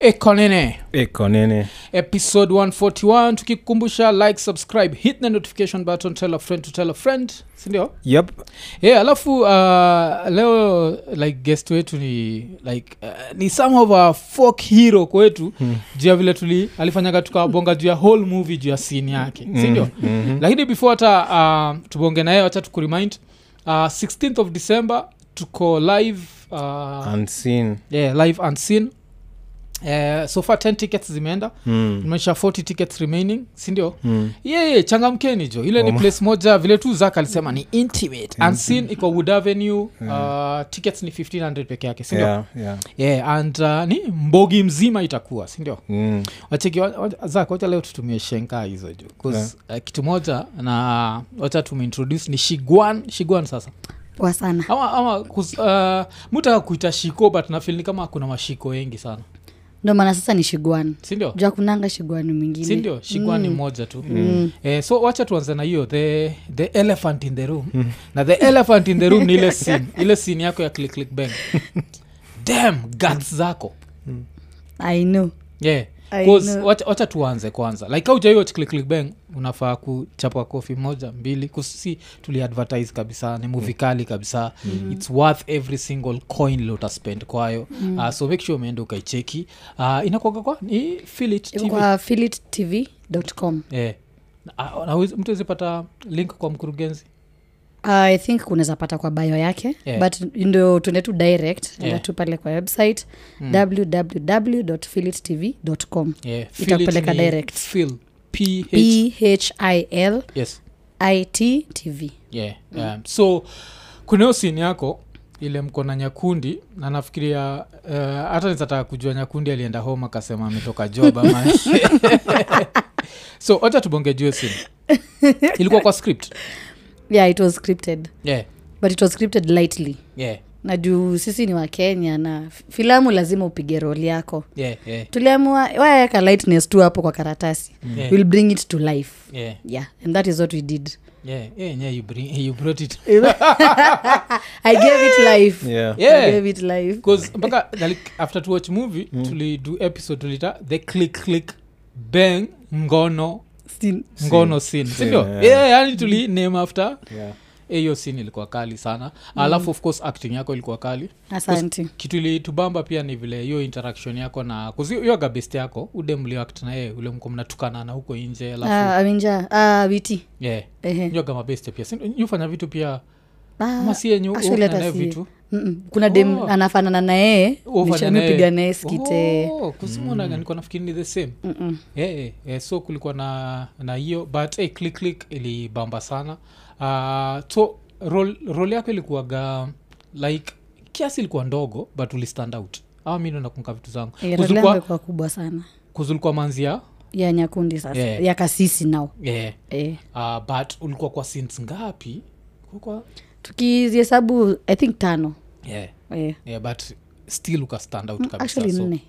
ekonene iko nene episode 141 tukikukumbusha like subscribe hit the notification button tell a friend to tell a friend sindio yep ye yeah, alafu uh, leo like guest wetu ni like uh, ni some of our folk hero kwetu hmm. juu ya vile tuli alifanyaga tukabonga juu ya whole movie juu ya scene yake sindio mm-hmm. lakini before hata uh, tubonge naye wacha tukuremind uh, 16th of december tuko live Ah. uh, unseen yeah, live unseen Uh, so far 10 tickets zimeenda mm. imesha 40 tickets remaining sindio Mm. yeye yeah, changamkeni jo ile ni Oma. Mm. place moja vile tu zak alisema ni intimate unseen iko wood avenue uh, tickets ni 1500 peke yake sindio yeah. Yeah, yeah. yeah, and uh, ni mbogi mzima itakuwa sindio Mm. wacheki wa- wa- zak wacha leo tutumie shenka hizo juu 'Cause, Yeah. uh, kitu moja na wacha tumeintroduce ni shigwan shigwan sasa poa sana ama, ama kus- uh, mutaka kuita shiko but nafil ni kama kuna mashiko wengi sana ndo maana sasa ni shigwani sindio juu akunanga shigwani mwingine Mm. sindio shigwani moja tu eh, so wacha tuanze na hiyo the, the elephant in the room Mm. na the elephant in the room ni ile sin ile sin yako ya click click bang dam guts zako i know yeah I 'Cause know. wacha, wacha tuanze kwanza like aujaiwach click click bang unafaa kuchapa kofi moja mbili 'Cause si tuliadvertise kabisa ni Mm. muvi kali kabisa mm-hmm. its worth every single coin ile utaspend kwayo Mm. mm-hmm. uh, so make sure umeenda ukaicheki uh, inakwaga kwa ni filit Iko tv kwa philittv.com Eh. Na- na- hawezi- mtu azipata link kwa mkurugenzi uh, i think unaweza pata kwa bayo yake Yeah. but ndo tuende tu direct Yeah. yeah. tu pale kwa website mm. www.philittv.com Eh, Itakupeleka Phil ni direct. Phil, P H- phil yes. it tv Yeah, um, so kuna hiyo sini yako ile mko na nyakundi na nafikiria eh, hata uh, nizataka kujua nyakundi alienda home akasema ametoka job ama so wacha tubonge juu hiyo sini ilikuwa kwa script yeah it was scripted yeah, but it was scripted lightly yeah, na juu sisi ni wakenya na fi- filamu lazima upige roli yako yeah, yeah, tuliamua waeka lightness tu hapo kwa karatasi Yeah. Mm. yeah. we'll bring it to life yeah, yeah and that is what we did yeah, yeah, yeah, you, bring, you brought it i gave it life Yeah. i yeah. gave it life Because mpaka like, after to watch movie mm. tulidu episode tulita the click click bang ngono Still. ngono sin sindio Scene, yeah. yeah. yani tuli name after Yeah. eh, hiyo sin ilikuwa kali sana alafu of course acting yako ilikuwa kali asante kitu ilitubamba pia ni vile hiyo interaction yako na 'cause hiyo hiyo gabest yako ude mlioact na yeye ule mko mnatukanana huko nje alafu Ah, Eh. aminja ah, witi yeah. Ehe. hiyo gamabest pia sindio? Nyi hufanya vitu pia Ah, ama si yenye actually hata nayo si- vitu Mm-mm. kuna dem Oh. anafanana na yeye nimepiga naye eh. skite Oh. Mm. kusimonanganiko nafikiri ni the same yeah, yeah, yeah. so kulikuwa na na hiyo but hey, click click ilibamba sana uh, so rol, rol yako ilikuwaga like kiasi ilikuwa ndogo but ulistand out Ah, ama mi nakumka vitu zangu Kuzulikuwa- kwa Eh, kubwa sana kuzulikuwa manzia ya nyakundi sasa Yeah. ya kasisi nao yeah. eh. uh, but ulikuwa kwa sins ngapi Kulikuwa- tukizihesabu i think tano yeah. eh. Yeah, but still ukastand out kabisa actually so, nne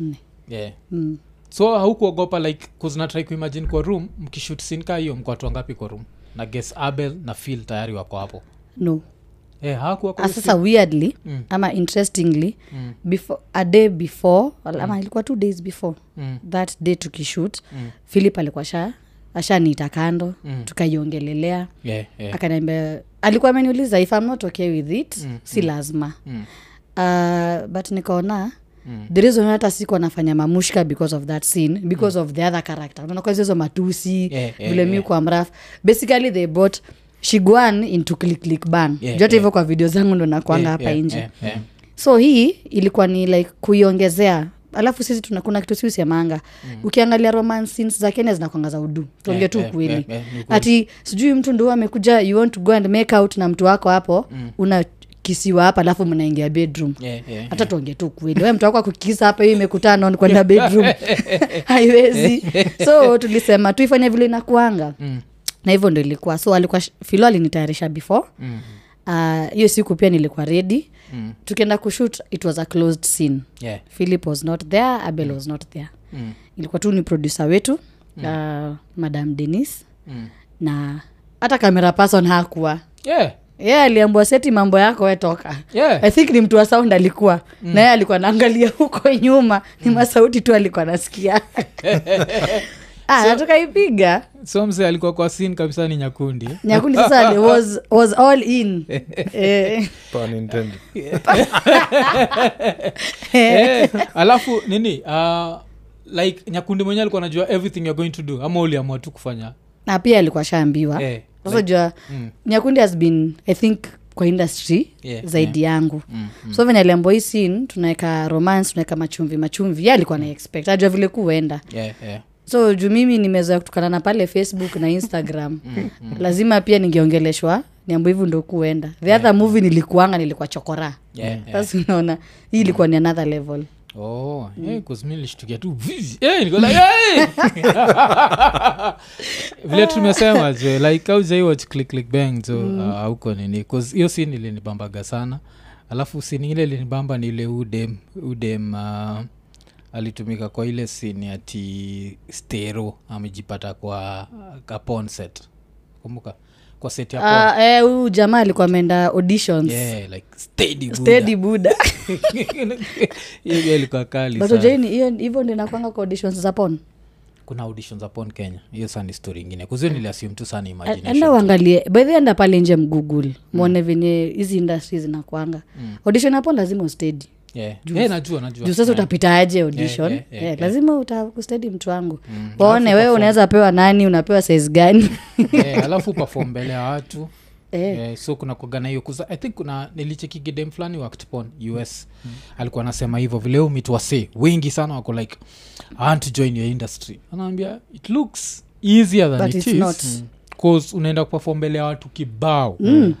nne yeah. mm. so haukuogopa like kuzinatrai kuimagine kwa room mkishut sinka hiyo mko watu wangapi kwa room na guess abel na phil tayari wako hapo no Eh, hawakuwa kwa Ah, hiyo sasa weirdly Mm. mm. ama interestingly mm. before, a day before mm. ama ilikuwa two days before Mm. that day tukishut mm. philip alikuwa sha ashaniita kando mm. tukaiongelelea si- yeah, yeah. akaniambia alikuwa ameniuliza if I'm not okay with it mm. si lazima Mm. uh, but nikaona Mm. the reason hata sikuwa nafanya mamushka because of that scene because mm. of the other character unaona kwa hizo hizo matusi Yeah, yeah, vile mi yeah. kwa mrafu basically they bought shiguan into click click ban Yeah, jote yeah. hivyo kwa video zangu ndo nakwanga Yeah, hapa yeah, nje yeah, yeah. so hii ilikuwa ni like kuiongezea alafu sisi tuna kuna kitu si usemanga mm. Eh, ukiangalia romance scenes za kenya zinakwanga za udu tuonge Yeah, tu yeah, ukweli yeah, yeah, ni ukweli. ati sijui mtu ndo amekuja you want to go and make out na mtu wako hapo mm. unakisiwa hapa alafu mnaingia bedroom Yeah, yeah, hata tuonge tu ukweli we mtu wako akukisa hapa hiyo imekutana on kwenda bedroom haiwezi so tulisema tuifanye vile inakuanga Mm. na hivyo ndo ilikuwa so alikuwa sh- filo alinitayarisha before Mm. Ah, hiyo uh, siku pia nilikuwa ready Mm. tukienda kushut it was a closed scene Yeah. philip was not there abel was not there Mm. ilikuwa tu ni producer wetu mm. uh, madam denis Mm. na hata camera person hakuwa Yeah. ye yeah, aliambua seti mambo yako wetoka Yeah. i think ni mtu wa sound alikuwa mm. naye alikuwa naangalia huko nyuma Mm. ni masauti tu alikuwa nasikia ah, natoka ipiga so mzee alikuwa kwa sin kabisa ni nyakundi nyakundi sasa ali- was, was all in eh, Pun intended. Eh, alafu nini uh, like nyakundi mwenyewe alikuwa anajua everything you're going to do ama uliamua tu kufanya na pia alikuwa shaambiwa Eh, sasa jua mm. nyakundi has been i think kwa industry Yeah, zaidi yangu Mm, so venye aliambua hii sin tunaweka romance tunaweka machumvi machumvi ye alikuwa na expect ajua vile kuenda yeah, yeah. so juu mimi nimezoea kutokana na pale facebook na instagram Mm, lazima pia ningeongeleshwa niambo hivi ndo kuenda the other movie nilikuanga nilikuwa chokora Yeah, yeah. sasa unaona hii ilikuwa ni another level Oh, Mm. eh, 'cause mi nilishtukia tu vivi. Eh, niko like, eh! vile tumesema jo like au jai watch click click bang jo Mm. uh, auko nini 'Cause hiyo sin ilinibambaga sana alafu sin ile ilinibamba ni ile udem udem uh, alitumika kwa ile sin ati stero amejipata kwa kapon set kumbuka kwa set ya porn. Ah, eh, huyu jamaa alikuwa ameenda auditions yeah, like steady Buddha. steady buda Hiyo pia ilikuwa kali but sana. ujaini hiyo hivyo ndio inakwanga kwa auditions za pon kuna auditions upon kenya hiyo saa ni story ingine kuzio niliassume tu Mm. sana Eh, enda imagination uangalie baidhi enda pale nje mgugul mwone venye hizi industry zinakwanga Mm. audition hapo lazima ustedi yeah. yeah, najua najua Eh. juu sasa utapitaaje audition yeah, yeah, Mm. Eh, lazima utakustedi mtu wangu waone wewe unaweza pewa nani unapewa size gani yeah, Eh, alafu perform mbele ya watu Eh. Yeah, so kuna kuagana hiyo kuza i think kuna nilichekigedem fulani waktpon us Hmm. mm. alikuwa anasema hivyo vile umitwase wengi sana wako like i want to join your industry anaambia it looks easier than But it it's is not. Hmm. cause unaenda kuperform mbele ya watu kibao mm.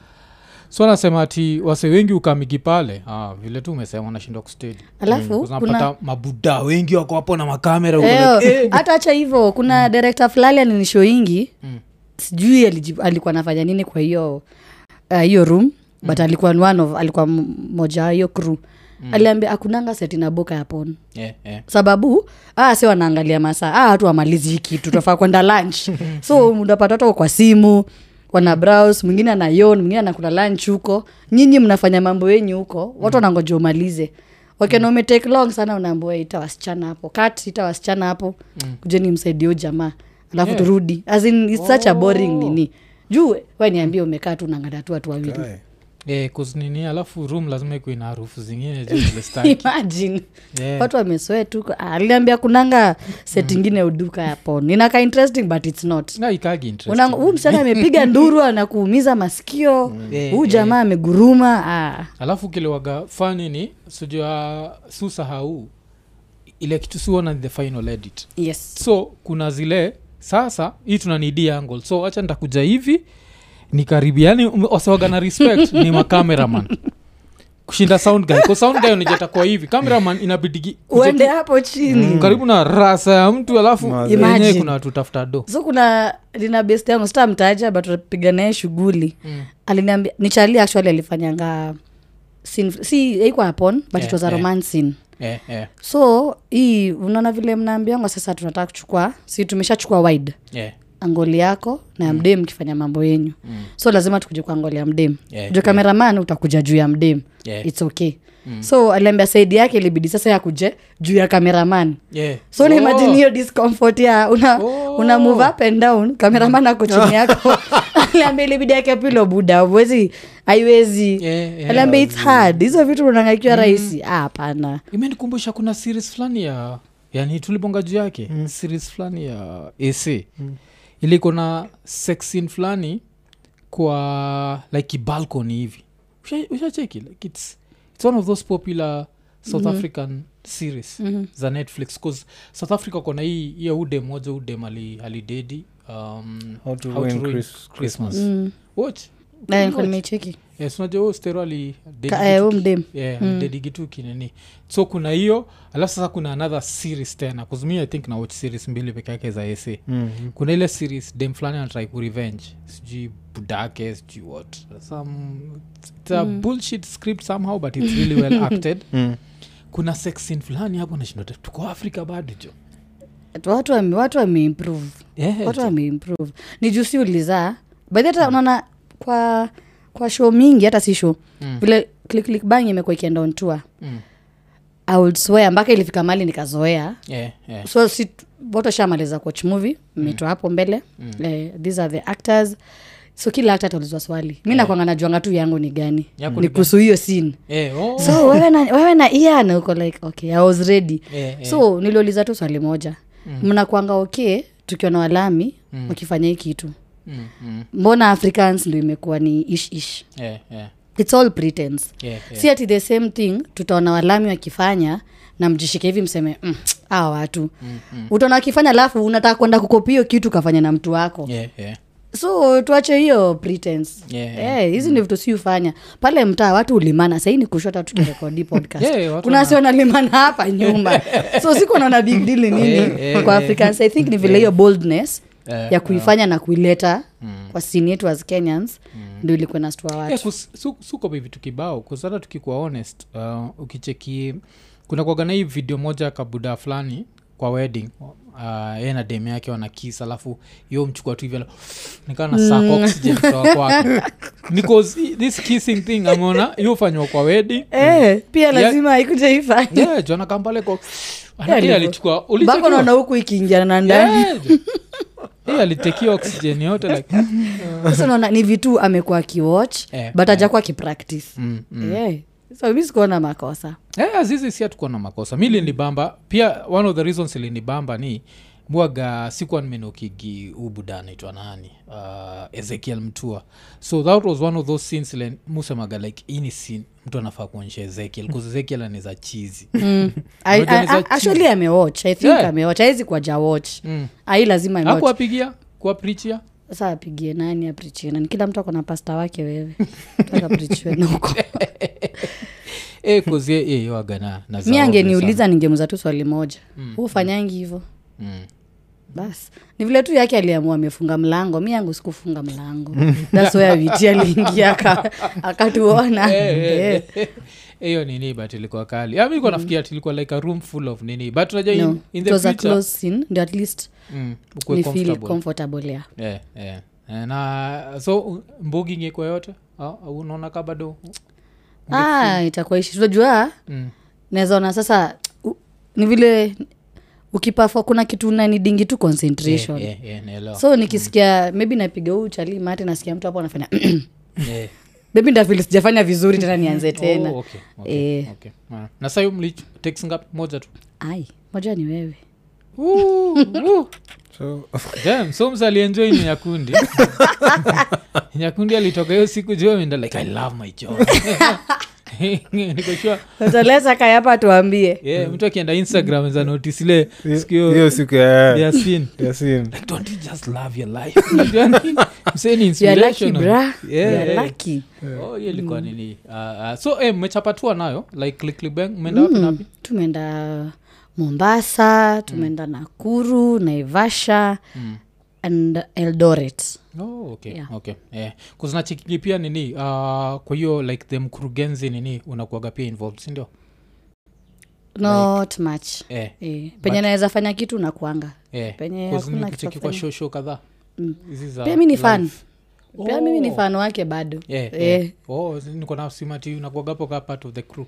so anasema ati wase wengi ukamigi pale ah, vile tu umesema anashindwa kustedi alafu kuna Mm, unapata mabuda wengi wako hapo na makamera uko Eo, like, eh. hata acha hivyo kuna mm. direkta fulani alinisho ingi Mm. sijui aliji- alikuwa anafanya nini kwa hiyo ah, hiyo room Mm. but alikuwa ni one of alikuwa m- moja wa hiyo crew aliambia "Ah, akunanga seti na boka yapon Yeah, yeah. sababu ah, si wanaangalia masaa ah, hatu wamalizi hii kitu tunafaa kwenda lunch so unapata watu wako kwa simu wana browse mwingine anayon mwingine anakula lunch huko nyinyi mnafanya mambo yenyu huko watu wanangoja umalize wakena umetake long sana unaambua ita wasichana hapo kat ita wasichana hapo kujeni msaidie huyu jamaa alafu turudi as in it's such a boring nini juu we niambie umekaa tu unaangalia tu watu wawili Aye. Eh, 'cause nini alafu room lazima ikuwe na harufu zingine juu Eh. zile staki. imagine Yeah. watu wamesoetu aliambia kunanga set ingine uduka yapo ninaka interesting but its not Na ikagi interest. Unang- huu msichana amepiga nduru anakuumiza masikio Yeah, huu jamaa ameguruma ah. alafu kiliwaga fani ni sijua susahau ile kitu siona the final edit yes so kuna zile sasa hii tunanidia angle so wacha nitakuja hivi nikaribiani wasewaga na respect ni macameraman kushinda sound guy kwa sound guy unajeta kwa hivi cameraman inabidigi kuja uende hapo chini Mm, karibu na rasa ya mtu alafu Imagine. yenyewe kuna watu tafuta do so kuna lina best yangu sita mtaja but tutapiga naye shughuli mm. aliniambia ni charlie actually alifanyanga scene- si aikwa apon but Yeah, it was a yeah. romance scene eh, eh, so hii unaona vile mnaambiangwa sasa tunataka kuchukua si tumeshachukua wide eh, angoli yako na Mm. ya mdem mkifanya mambo yenyu mm. so lazima tukuje kwa angoli ya mdem Yeah, juu kameraman utakuja juu ya mdem Yeah. its okay mm. so aliambia saidi yake ilibidi sasa yakuje juu ya kameraman eh. so oh. imagine hiyo discomfort ya una, Oh. una move up and down kameraman ako chini yako aliambia ilibidi yake pilo buda uwezi haiwezi Yeah, Mm. yeah. aliambia its hard hizo vitu unangaikiwa rahisi Ah, hapana imenikumbusha kuna series fulani ya yani tulibonga juu yake mm. series fulani ya ac mm. iliko na sexin fulani kwa like balcony hivi Usha- ushacheki like it's, it's one of those popular south mm. african series mm-hmm. za netflix bcause south africa kona hii hiyo ude moja udem ali- alidedi um, How to Ruin Chris- christmas mm. watch Na nilikuwa nimecheki yes unajua huyo stero ali Ka- dedicate eh, huyo mdem yeah, mm. kinini so kuna hiyo alafu sasa kuna another series tena kuzumia i think na watch series mbili peke yake za ac Mm. mm-hmm. kuna ile series dem fulani anatrai kurevenge sijui budake sijui what some it's a mm. bullshit script somehow but it's really well acted Mm. kuna sexin fulani hapo nashindo tuko afrika bado jo watu wame- watu wameimprove yeah, watu wameimprove ni juu si ulizaa bahi hata unaona kwa kwa show mingi hata si show mm. vile click click bang imekuwa ikienda on tour Mm. i would swear mpaka ilifika mali nikazoea yeah, yeah. so si wote shamaliza coach movie mmeitwa hapo mbele mm. eh, these are the actors so kila actor ataulizwa swali mi nakwanga najuanga tu yangu ni gani Yako ni ni kuhusu hiyo scene Yeah, oh, so wewe na, wewe na ian uko like okay i was ready yeah, yeah. so niliuliza tu swali moja mnakwanga okay tukiwa na walami wakifanya hii kitu Mm, mm, mbona africans ndo imekuwa ni ish ish yeah, yeah, its all pretense yeah, yeah. si ati the same thing tutaona walami wakifanya na mjishike hivi mseme mm, awa watu mm, mm. utaona wakifanya alafu unataka kwenda kukopia hiyo kitu ukafanya na mtu wako Yeah, yeah. so tuache hiyo pretense Yeah. Eh, hizi ni vitu siufanya pale mtaa watu ulimana sahii ni kushota tukirekodi podcast Yeah, watu kuna sionalimana hapa nyuma so siku naona big deal ni nini Eh, eh, kwa eh. africans i think ni vile hiyo boldness Eh, ya kuifanya na kuileta Mm. kwa sini yetu as kenyans ndio ilikuwa nastua watu Yeah, kus- su- suko baby tukibao kusata tukikuwa honest uh, ukicheki kuna kuagana hii video moja kabuda fulani kwa wedding uh, ye na dem yake wanakis alafu yo mchukua tu hivyo ala- nikaa na sak oxygen kutoka kwake because this kissing thing ameona yofanywa kwa wedding Eh, pia Yeah. lazima aikuja ifanye yeah, jona kampaleko ndivyo. alichukua bako ulichekiwa? naona huku ikiingiana na ndani Yeah, jo- Hii alitekiwa oxygen yote like sasa naona ni vitu amekuwa akiwatch Eh, but ajakuwa akipractice mm, mm. Yeah. so mi sikuona makosa Eh, azizi si hatukuwa na makosa mi linibamba pia one of the reasons linibamba ni mwaga sikuwa nimenokigi ubuda naitwa nani uh, ezekiel mtua so that was one of those scenes ile musemaga like hii ni scene mtu anafaa kuonyesha ezekiel bcause ezekiel anaweza chizi Mm. I- Unajua I- ni za I- actually amewatch i think Yeah. amewatch awezi kuwaja watch Mm. ai lazima amewatch. akuwapigia kuwaprichia sasa apigie nani aprichie nani kila mtu akona pasta wake wewe taprichiwe nauko e, kozie e, wagana na mi za ovyo angeniuliza ningemuza tu swali moja hufanyangi hivo sana. Mm. bas ni vile tu yake aliamua amefunga mlango mi yangu sikufunga mlango dasoyawiti aliingia aka- akatuona Eh. hiyo nini but ilikuwa kali Ah, mi nilikuwa nafikiria ati ilikuwa like a room full of nini but unajua in- no eh. in it the was a future, close scene ndio at least mm, ukuwe ni feel comfortable. comfortable ya Eh, eh. Eh, na so mbugi ngekwa yote Au- au unaona ka bado ah itakuwa ishi tunajua mm. nawezaona sasa u- ni vile ukipafo kuna kitu nanidingi tu concentration eh, eh, eh, naelewa so nikisikia maybe napiga huu chali mate nasikia mtu hapo anafanya Eh. maybe ndafili sijafanya vizuri tena nianze tena Oh, okay, okay, Eh. okay. Ah. na sayo mlich text ngapi moja tu ai moja ni wewe Ooh, ooh. so Damn, so msa alienjoy ni nyakundi nyakundi alitoka hiyo siku juu ameenda like i love my job niko sure tolesa kayapa tuambie yeah, mtu akienda instagram za notice ile siku hiyo hiyo siku ya- ya- yasin ya scene. like don't you just love your life Unajua nini? Msee ni You're lucky, inspirational. bra. Yeah, You're yeah. lucky. Mm. Oh, hiyo ilikuwa nini uh, uh, so eh, mmechapatua nayo like clickbank mmeenda Mm. wapi na wapi? Hmm, tumeenda mombasa Mm. tumeenda nakuru naivasha and eldoret Oh, okay, Yeah. okay. Eh, 'cause nachikiki pia nini uh, kwa hiyo like the mkurugenzi nini unakuaga pia involved sindio not much eh, eh, penye naweza fanya kitu nakuanga eh. Penye 'Cause hakuna nikicheki kitu kwa kufanya. shosho kadhaa Hizi za pia mi ni live. fan pia mimi ni Oh. fan wake bado Eh, Eh, eh. Oh, niko na simati unakuagapo ka part of the crew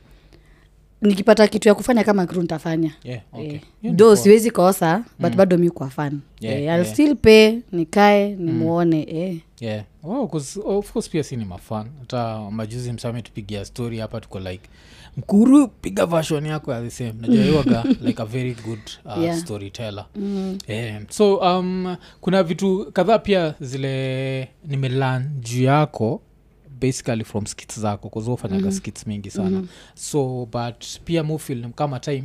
nikipata kitu ya kufanya kama crew nitafanya yeah, okay. Eh, Hiyo ni do poa. Mm. siwezi kosa but bado mi kwa fan Yeah, Eh, yeah. Mm. I'll still pay nikae nimuone eh. yeah. oh, 'cause, oh, of course pia si ni mafan hata majuzi msame tupigia story hapa tuko like mkuru piga version yako ya the same najua you waga like a very good uh, Yeah. storyteller Eh, so um, kuna vitu kadhaa pia zile nimelan juu yako basically from skits zako kuzofanyaga mm-hmm. skits mingi sana mm-hmm. so but pia mufil kama time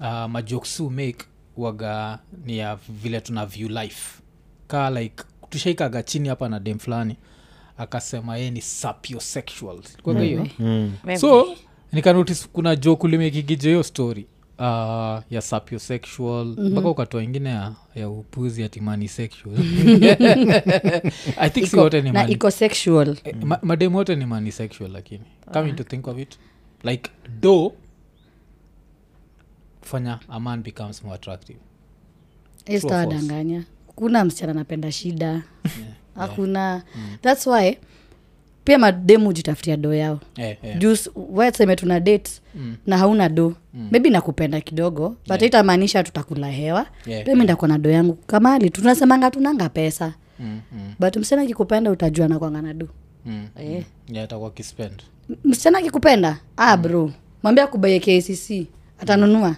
uh, majoksu make waga ni ya vile tuna view life ka like tushaikaga chini hapa na dem fulani akasema yeye ni sapiosexual kwaga hiyo Eh, Mm. so nikanotis kuna joke limekigija hiyo story uh, ya sapiosexual Mhm. mpaka mm-hmm. ukatoa ingine ya, ya upuzi atimani sexual i think si Iko- wote ni na mani, iko sexual eh, ma, mademu wote ni mani sexual lakini coming to think of it like do fanya a man becomes more attractive Eh, Mm. sitawadanganya kuna msichana anapenda shida hakuna thats why pia mademu hujitafutia doo yao eh, eh. juu s- waseme tuna date mm. na hauna do mm. maybe nakupenda kidogo but yeah. itamaanisha tutakula hewa Yeah. yeah. mi ndakuwa na do yangu kamali tunasemanga tunanga pesa Mm, mm, but msichana akikupenda utajua nakwanga na do mm, Mm-hmm. mm. Yeah, atakuwa kispend M- msichana akikupenda ah bro mwambie akubaie kcc atanunua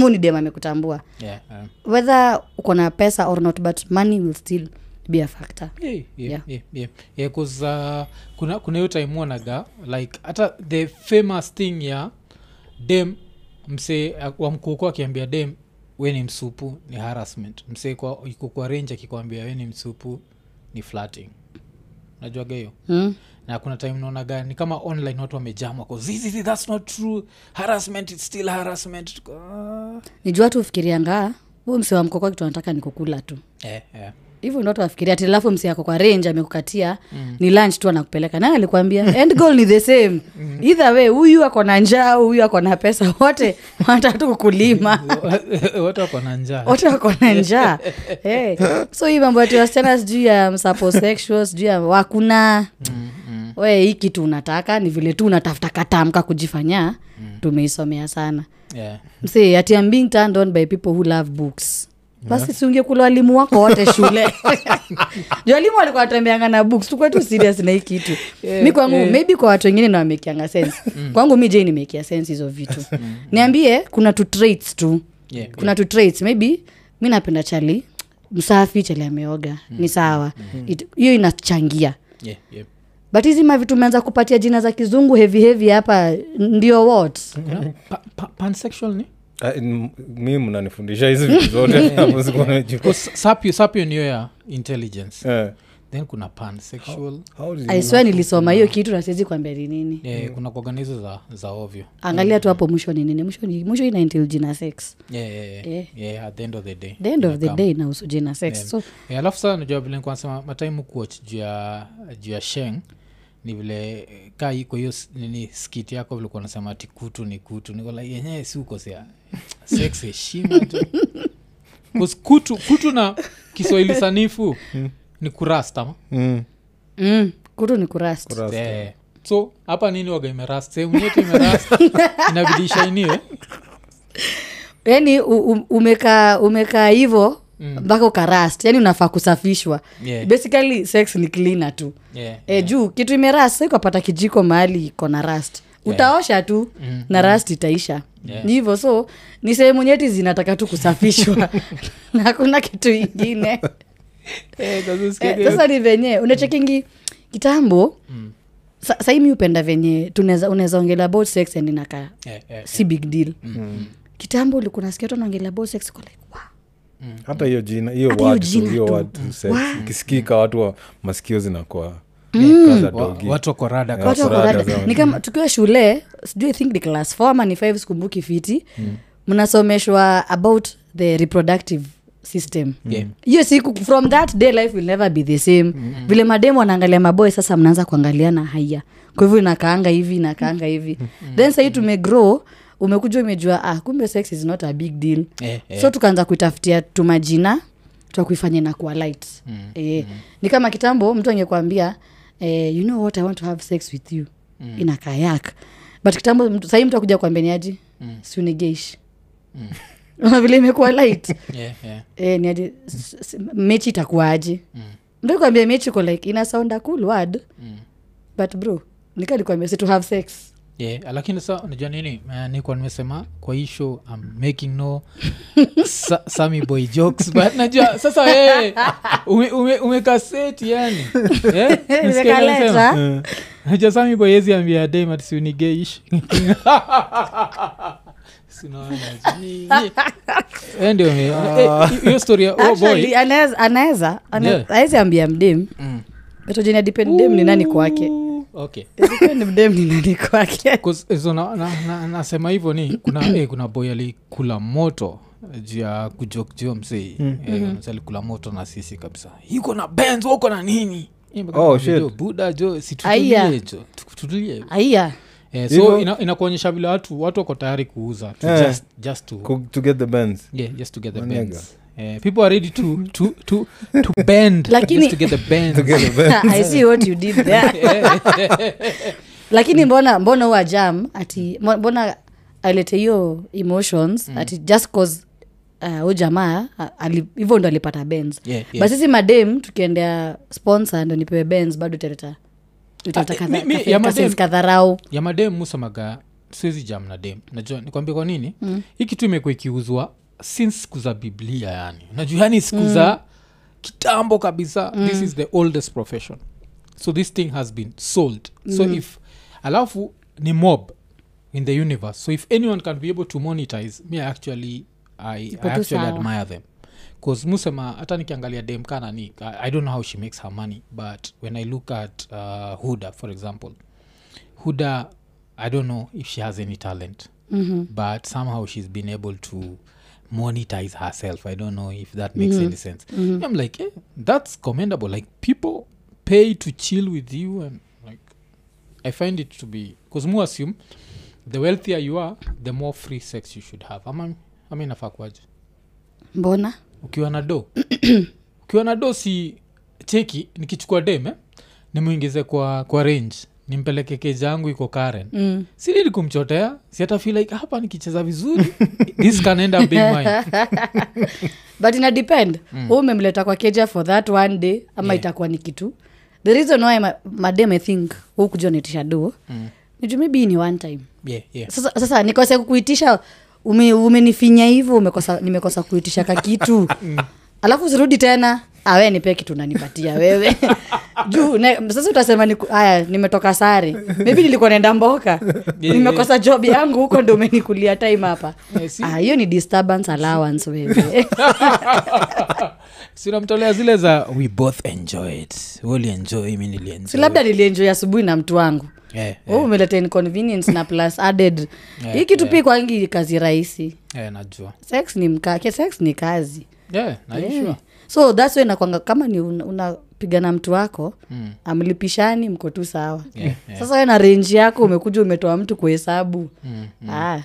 huu ni dem amekutambua yeah, um. whether uko na pesa or not but money will still be a factor yeah, yeah, Yeah. yeah, yeah. Yeah, 'cause, uh, kuna kuna hiyo time wonaga like hata the famous thing ya dem msee uh, wa mkuuko akiambia dem we ni msupu ni harassment msee kwa- yuko kwa range akikwambia we ni msupu ni flatting najuaga hiyo mm? na kuna time naonaga ni kama online watu wamejamwa 'cause this is- that's not true harassment is still harassment Ah. nijua tu ufikirianga huu msi wa mkoko kitu anataka ni kukula tu eh, eh. hivyo ndo tuafikiria ti alafu msiako kwa range amekukatia mm. ni lunch tu anakupeleka naye alikwambia end goal ni the same either way huyu ako na njaa huyu ako na pesa wote wanatatu kukulima watu wako na njaa wote wako na njaa hey. so hii mambo ati wasichana sijuu ya msapo sexual sijuu ya wakuna we hii kitu unataka ni vile tu unatafuta katamka kujifanya tumeisomea sana yeah. msee ati am being turned on by people who love books basi siungekula walimu wako wote shule Ju walimu walikuwa watembeanga na books tukwe tu serious na hii kitu mi kwangu maybe kwa watu wengine nawamekianga sense kwangu mi je nimekia sense hizo vitu niambie kuna tu traits tu Yeah. kuna tu traits maybe mi napenda chali msafi chali ameoga ni sawa It- hiyo inachangia Yeah, yeah. but hizi mavitu umeanza kupatia jina za kizungu hevi hevi hapa ndio what Kuna pa- pa- pansexual ni Ah, n- mi mnanifundisha hizi vitu zote hapo sikuwa najua. Because sapio sapio niyo ya intelligence Eh, then kuna pansexual how did you- aiswa nilisoma hiyo kitu na siwezi kuambia ni nini eh, kuna kuaganizo za, za ovyo angalia tu hapo mwisho ni nini mwisho ni mwisho ina entail jina sex yeah, yeah, yeah. Eh. Yeah, at the end of the day the end of the Inakam. day inahusu jina sex Yeah. so Eh, alafu sana najua vile kwanasema mataimu kuoch juu ya juu ya sheng ni vile eh, ka iko hiyo s- nini skiti yako vilikuwa nasema ati kutu ni kutu nikola yenyewe si ukosea sex heshima tu 'Cause kutu kutu na kiswahili sanifu Hmm. ni kurastama Mm, mm, kutu ni kurasti kurasa. Eh, so hapa nini waga imerast sehemu yetu imerast inabidi shainiwe yani umekaa umekaa hivo mpaka ukarasti yani unafaa kusafishwa Mm. Yeah. basically sex ni cleaner tu yeah. e, juu kitu imerast sa ukapata kijiko mahali iko na rast utaosha tu mm, na rast itaisha Yeah. ni hivyo so ni sehemu nyeti zinataka tu kusafishwa na hakuna kitu ingine Eh, sasa ni venye unachekingi kitambo mm. sahii mi upenda venye tunaweza- unaweza ongelea about sex and inakaa Eh, eh, si big deal kitambo ulikuwa nasikia watu wanaongelea about sex uko like wow. hata hiyo jina hiyo Hata hiyo word tu, jina hiyo tu. word tu, sex. Wow. Mm. ikisikika watu wa masikio zinakuwa Wa- watu wako rada Yeah. kwa- watu wako furaha rada. zao. ni kama tukiwa shule sijui i think ni class four ama ni five sikumbuki fiti mnasomeshwa about the reproductive system Yeah. hiyo siku from that day life will never be the same mm-hmm. vile mademu wanaangalia maboy sasa mnaanza kuangaliana haya kwa hivyo inakaanga hivi inakaanga hivi mm-hmm. then sahii tumegrow umekuja umejua ah kumbe sex is not a big deal Eh, eh. so tukaanza kuitafutia tumajina twakuifanya na kuwa light mm, e, mm. ni kama kitambo mtu angekwambia eh, you know what i want to have sex with you mm. ina kayak but kitambo mtu- sahii mtu akuja kuambia niaji mm. siunigeish mm. vile imekuwa light Yeah, yeah. e, niaji s- s- mechi itakuwaje mm. mtu kwambia mechi uko like ina sound a cool word mm. but bro nikalikwambia si to have sex Yeah, lakini sa unajua nini Eh, nikuwa nimesema kwa hii show I'm making no sa, sami boy jokes but najua sasa wewe ume, ume, umekaseti yani Eh, nisikia nini nasema? imekaleta najua sami boy hezi ambia dem ati siunigeish Eh, ndio hiyo story ya oh boy Actually, anaweza anaweza Yeah. awezi ambia mdem Mm. betojina depend dem ni nani kwake okay depend mdem ni nani kwake 'Cause, eh, so na, na, na, nasema hivyo ni kuna eh, kuna boy alikula moto eh, juu ya kujokjio msei Mm-hmm. alikula moto na sisi kabisa iko na benz uko na nini Eh, mpaka Oh, nikamwambia, shit. "Jo, buda jo Aya. situtulie jo tutulie aiya eh, so Hivyo- ina, inakuonyesha vile watu watu wako tayari kuuza to Eh. just, just to Ku- to get the bends yeah, just to get the Manyaga. benz eh, people are ready to, to, to, to bend Lakini- just to get the bend I see what you did there. lakini mbona mbona huwa jam ati mbo- mbona alete hiyo emotions mm. ati just cause uh, huyu jamaa a- ali- hivyo ndo alipata bens Yeah, yeah. but sisi madem tukiendea sponsor ndo nipewe bens bado italeta italeta Ah, kadha- mi- mi- kafe- ya kasins madem- kadharau ya madem musemaga siwezi jam na dem najua nikwambia kwa nini mm. hii kitu imekuwa ikiuzwa since siku za biblia yani najua yani siku za mm. kitambo kabisa mm. this is the oldest profession so this thing has been sold so if alafu ni mob in the universe so if anyone can be able to monetize me I actually i, I tu actually sawa. admire them bcause musema hata nikiangalia dem kanani I, i don't know how she makes her money but when i look at uh, huda for example huda i don't know if she has any talent mm-hmm. but somehow she's been able to monetize herself i don't know if that makes mm-hmm. any sense mm-hmm. i'm like eh, that's commendable like people pay to chill with you and like i find it to be because mu assume the wealthier you are the more free sex you should have ama ama inafaa kuaje mbona ukiwa na do ukiwa na do si cheki nikichukua deme nimwingize kwa kwa range nimpeleke keja yangu iko karen mm. sinini kumchotea si hata feel like hapa nikicheza vizuri this can end up being mine but ina depend mm. umemleta kwa keja for that one day ama Yeah. yeah. itakuwa ni kitu the reason why ma- madem i think huu kujua naitisha do mm. niju maybe ni one time yeah, yeah. sasa, sasa nikose kukuitisha ume- umenifinya hivyo umekosa nimekosa kuitisha ka kitu Mm. alafu usirudi tena awe nipee kitu nanipatia wewe juu ne- sasa utasema niku- haya nimetoka sare maybe nilikuwa naenda mboka yeah. nimekosa job yangu huko ndo umenikulia time hapa I see. Ah, hiyo ni disturbance allowance wewe sinamtolea zile za we both enjoyed wolienjoy mi si Eh. labda nilienjoy asubuhi na mtu wangu nilienjoynajua yeah. umeleta inconvenience na plus added Yeah, hii kitu yeah. pia kwangi kazi rahisi sex ni mka, ke- sex ni kazi yeah, yeah. Yeah. sure? so thats why nakwanga kama ni una- unapigana una mtu wako Hmm. mm. amlipishani mko tu sawa Yeah, yeah. sasa we na renji yako umekuja umetoa mtu kuhesabu mm, mm. Yeah,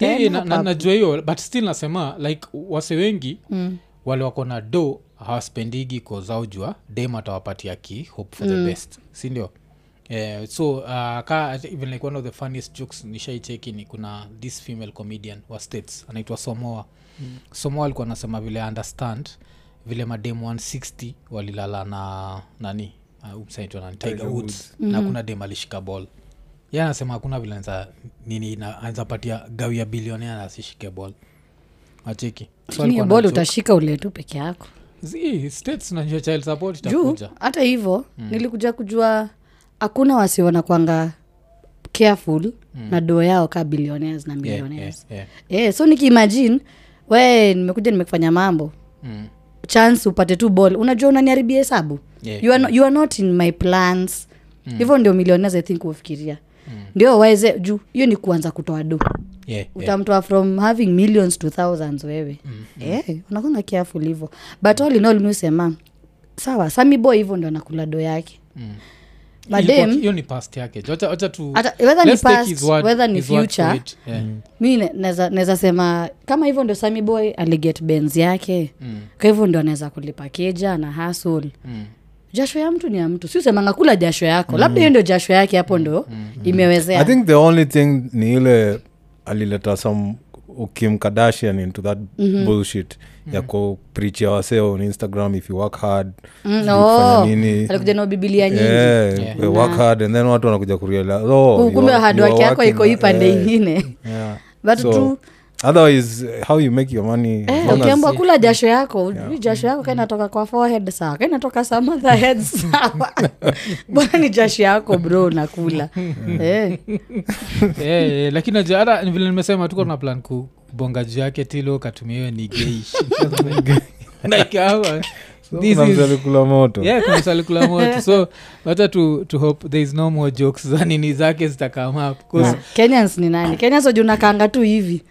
yeah, Hmm, na- na- najua hiyo but still nasema like wase wengi mm. wale wako na do hawaspendigi kozaujua dem atawapatia ki hope for the best sindio Yeah, so uh, ka even like one of the funniest jokes nishaicheki ni kuna this female comedian wa states anaitwa somoa mm. somoa alikuwa anasema vile I understand vile madem 160 walilala na nani uh, msaitwa nani tiger woods, na kuna dem alishika ball ye anasema hakuna vile anza nini na- anza patia gawi ya bilionea na asishike bol acheki bol utashika ule tu peke yako najua child support juu itakuja Mm. hata hivyo nilikuja kujua hakuna wasi wanakwanga careful na doo yao kaa billionaires na Mm. Yeah, millionaires yeah, yeah. yeah, so nikiimagine we nimekuja nimekufanya mambo Mm. chance upate tu ball unajua unaniharibia hesabu Yeah, Mm. you, are no, you are not in my plans hivyo ndio millionaires i think hufikiria ndio waeze juu hiyo ni kuanza kutoa do Yeah, yeah. utamtoa from having millions to thousands wewe Eh, unakwanga careful hivyo but all in all mi husema sawa sami boy hivyo ndo anakula do yake Ilikuwa- madem hiyo ni past yake Acha- acha tu Ata- whether ni let's take past, his word- whether ni his word for future. it. Yeah. mi ne- naeza naeza sema kama hivyo ndo sami boy aliget bens yake mm. kwa hivyo ndo anaweza kulipa keja na hasl mm jasho ya mtu ni ya mtu si usemanga kula jasho yako labda hiyo ndio jasho yake hapo ndo imewezea i think the only thing ni ile alileta some kim kardashian into that Mm-hmm. bullshit ya kuprichia wasee on instagram if you work hard Mm, you oh, fanya nini alikuja na bibilia nyingi Yeah, Yeah. we work hard and then watu wanakuja kurealize, oh, Ku- you kumbe are- you hadwaki are yako working iko hii hard. pande Yeah. ingine Yeah. but So, tu Eh, otherwise how you make your money as long as- ukiambwa kula jasho yako ujui jasho yako kainatoka kwa forehead sawa kainatoka some other head sawa bwana ni jasho yako bro unakula Eh. Eh, eh, lakini najua hata ni vile nimesema tuko na plan ku- kubonga juu yake tilo katumia hiyo ni geish Like, hawa, So, this kuna is- mzee alikula moto yeah kuna swali kula moto so wacha tu, tu hope there is no more jokes za nini zake zitakama up 'Cause Na, kenyans ni nani kenyans wajua unakaanga tu hivi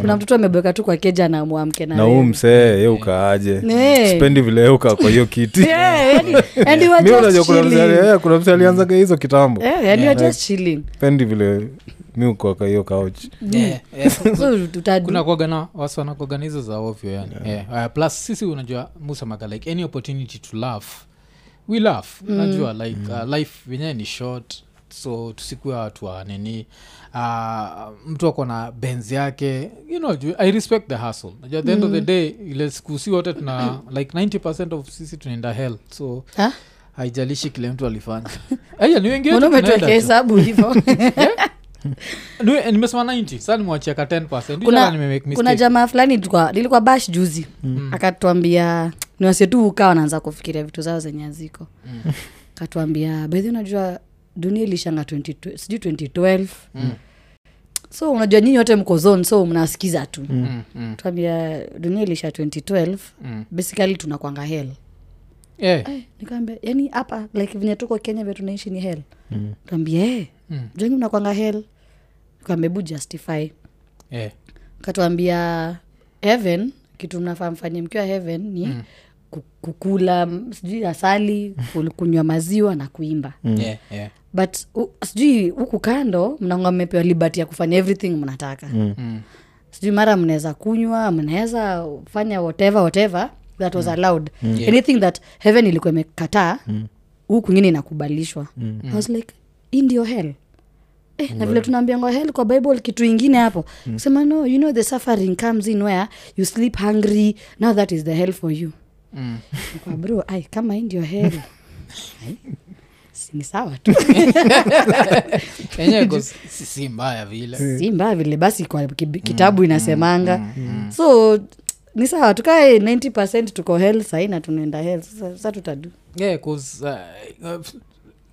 kuna mtoto amebweka tu kwa keja na mwamke na na huu wewe. msee ye ukaaje Nee. spendi vile ukaa kwa hiyo kiti Yeah, yani- yani we're mi just unajua kuna msee chilling. ali- eh, kuna msee alianzaga hizo kitambo Eh, yani we're just chilling. spendi vile mi ukoka hiyo kauch yeah, yeah. so tutadu kuna kuaga na wasi wanakuaga na hizo za ovyo yani yeah. Yeah. Uh, plus sisi unajua musamaga like any opportunity to laugh we laugh mm. unajua like mm. uh, life wenyewe ni short so tusikuwa watu wa nini uh, mtu ako na benz yake you know ju- i respect the hustle najua at the end of the day ile siku si wote tuna like 90 of sisi tunaenda hell so Ha? haijalishi kile mtu alifanya aya ni wengi wetu mbona tunaenda umetuwekea tu. hesabu hivo Ni- eh, nimesema 90 saa nimwachia ka 10 kuna, Ujala nimemake mistake. kuna jamaa fulani tulikuwa- nilikuwa bash juzi mm. akatuambia ni wase tu ukaa wanaanza kufikiria vitu zao zenye aziko mm. akatuambia bedhi unajua dunia ilishanga 22 sijui 2012 mm. so unajua nyinyi wote mko zone so mnasikiza tu mm. Mm, mm, tuambia dunia ilisha 2012 mm. basically tunakwanga hel Eh, nikaambia yani "Yaani hapa like venye tuko kenya vye tunaishi ni hel mm. tuambia e Mm. mm. jengi mnakwanga hel kamebu justify eh. katuambia heaven kitu mnafaa mfanye mkiwa heaven ni mm. kukula m- sijui asali kul- kunywa maziwa na kuimba Yeah, yeah. but u, sijui huku kando mnanga mmepewa libati ya kufanya everything mnataka mm. Mm. sijui mara mnaweza kunywa mnaweza fanya whatever whatever that was allowed Yeah. anything that heaven ilikuwa imekataa huu kwingine inakubalishwa Mm. i was like hii ndio hell Eh, na vile tunaambiangwa hell kwa bible kitu ingine hapo kusema no you know the suffering comes in where you sleep hungry now that is the hell for you Mm. Kwa bro ai kama hii ndio hell Ai, si ni sawa tu enyewe iko si- si mbaya Eh. vile si mbaya vile basi kwa Mm, kib- kitabu inasemanga so ni sawa tukae 90 tuko hell sahii na tunaenda hell sasa sasa tutadu yeah, 'cause, Eh, uh, uh,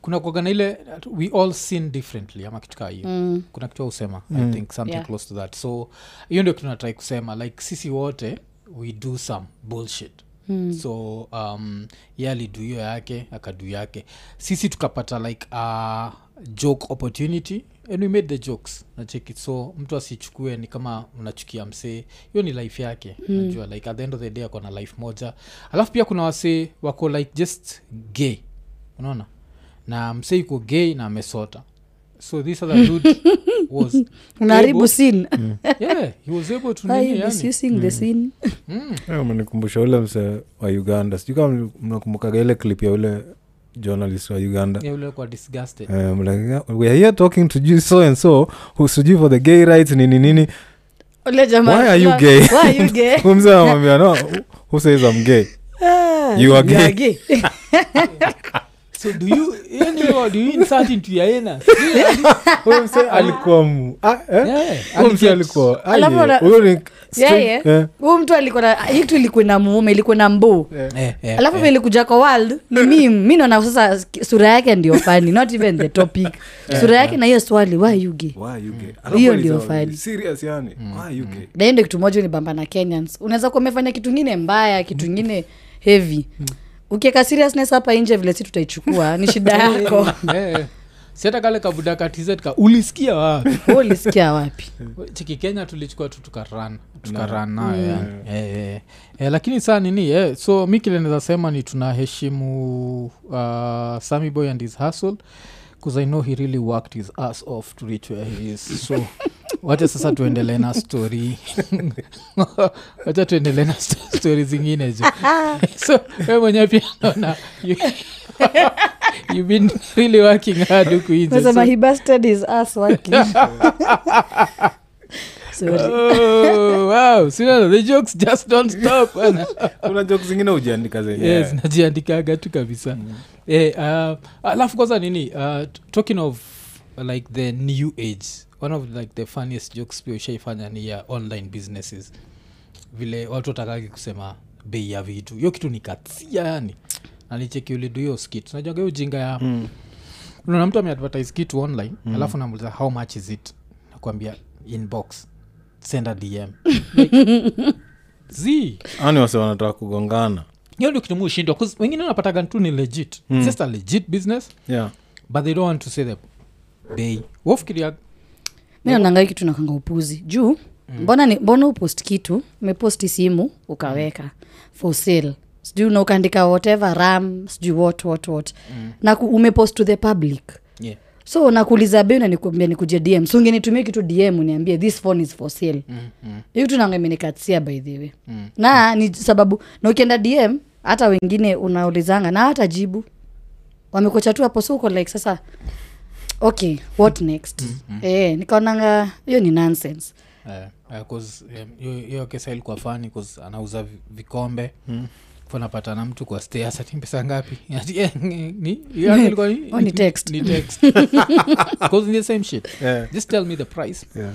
kuna kuaga na ile uh, we all sin differently ama kitu kaa hiyo Mm. kuna kitu usema i think something Yeah. close to that so hiyo ndio tunatrai kusema like sisi wote we do some bullshit Mm. so um, ye alidu hiyo yake akadu yake sisi tukapata like a joke opportunity and we made the jokes nacheki so mtu asichukue ni kama unachukia msee hiyo ni life yake mm. najua like at the end of the day ako na life moja alafu pia kuna wasee wako like just gay unaona na msee yuko gay na amesota so this other dude was unaharibu able- sin Mm. yeah, he was able to Why nini you yani misusing the sin mm. Hmm. Eh, umenikumbusha ule mse wa uganda sijui kama mnakumbukaga ile clip ya ule journalist wa uganda yeah, ule alikuwa disgusted Um, like, yeah, we are here talking to you so and so who sijui for the gay rights nini nini Ole jamaa. Why are you gay? Why are you gay? Huyu mzee anamwambia no who says I'm gay Ah, You are gay. so do you yani, do you insert into your anus Huyu mzee alikuwa mu- ah, eh? Yeah, Huyu mzee alligator. alikuwa ah, Alafu yeah. ana- Huyu ni straight, Yeye, eh. huyu mtu alikuwa na hii tu ilikuwa na muume ilikuwa na mbuu Eh, eh, alafu eh. vilikuja kwa world ni mim mi naona sasa sura yake ndio fani not even the topic Eh, sura yake na hiyo swali why you gay Why you gay? Alafu Hiyo alisema, ndio fani. Serious yani. Why you gay? na hiyo ndio kitu moja unibamba na kenyans unaweza kuwa umefanya kitu ingine mbaya kitu ingine heavy ukiweka seriousness hapa nje vile si tutaichukua ni shida yako Eh, eh. si hata kale kabudakatizetka ulisikia wapi Wewe ulisikia wapi chiki kenya tulichukua tu tukaran tukaran nayo yani. Eh, eh. Eh, lakini saa nini eh, so mi kile naeza sema ni tunaheshimu uh, sami boy and his hustle bcause i know he really worked his ass off to reach where he is so wacha sasa tuendelee na story wacha tuendelee na sto- story zingine jo so we mwenyewe pia naona you, you've been really working hard huku nje so- nasema he busted his ass working sorry Oh, wow. See, no, the jokes just don't stop bwana. kuna jok zingine ujiandika yes zenyewe najiandikaga tu kabisa Eh, uh, alafu kwanza nini uh, t- talking of uh, like the new age one of like the funniest jokes pia ushaifanya ni ya online businesses vile watu watakagi kusema bei ya vitu hiyo kitu nikatsia yani nanicheki ulidu hiyo skit najuaga hiyo jinga ya mm. unaona mtu ameadvertise kitu online mm. alafu namuliza how much is it nakuambia inbox send a dm Like, zii ani wase Yaani wanataka kugongana hiyo ndio kitu mi hushindwa 'cause wengine unapataga tu ni legit Hmm. mm. just a legit business yeah. but they don't want to say the bei wofikiria mi nanangai kitu nakanga upuzi juu mbona ni mbona upost kitu umeposti simu ukaweka for sale sijui na ukaandika whatever ram sijui what what what na ku, umepost to the public yeah. so nakuuliza bei nanikuambia nikujia dm so ungenitumia kitu dm uniambie this phone is for sale hiyo tu nanga imenikatsia by the way na ni sababu na ukienda dm hata wengine unaulizanga na hata jibu wamekocha tu hapo so uko like sasa okay what next eh, nikaonanga hiyo ni nonsense eh, hiyo kesa ilikuwa fani cause anauza vi- vikombe Hmm. mm. napata na mtu kwa stairs ati pesa ngapi Ati, eh, ni- hiyo yake ilikuwa ni- Oh, ni text. ni text. Cause ni the same shit Yeah. just tell me the price Yeah.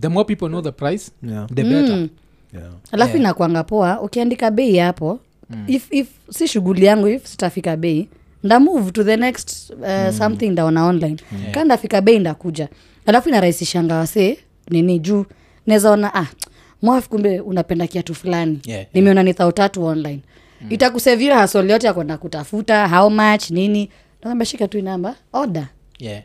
the more people know the price Yeah. Hmm. the better Yeah. alafu Yeah. inakwanga poa ukiandika bei hapo Eh. mm. if, if si shughuli yangu if sitafika bei nda move to the next uh, mm. something ndaona online yeah. kaa ndafika bei ndakuja alafu inarahisishanga wasee nini juu nezaona ah mwaf kumbe unapenda kiatu fulani Yeah, yeah. nimeona ni thao tatu online mm. itakusevia hasol yote ya kwenda kutafuta how much nini naambia shika tu namba oda yeah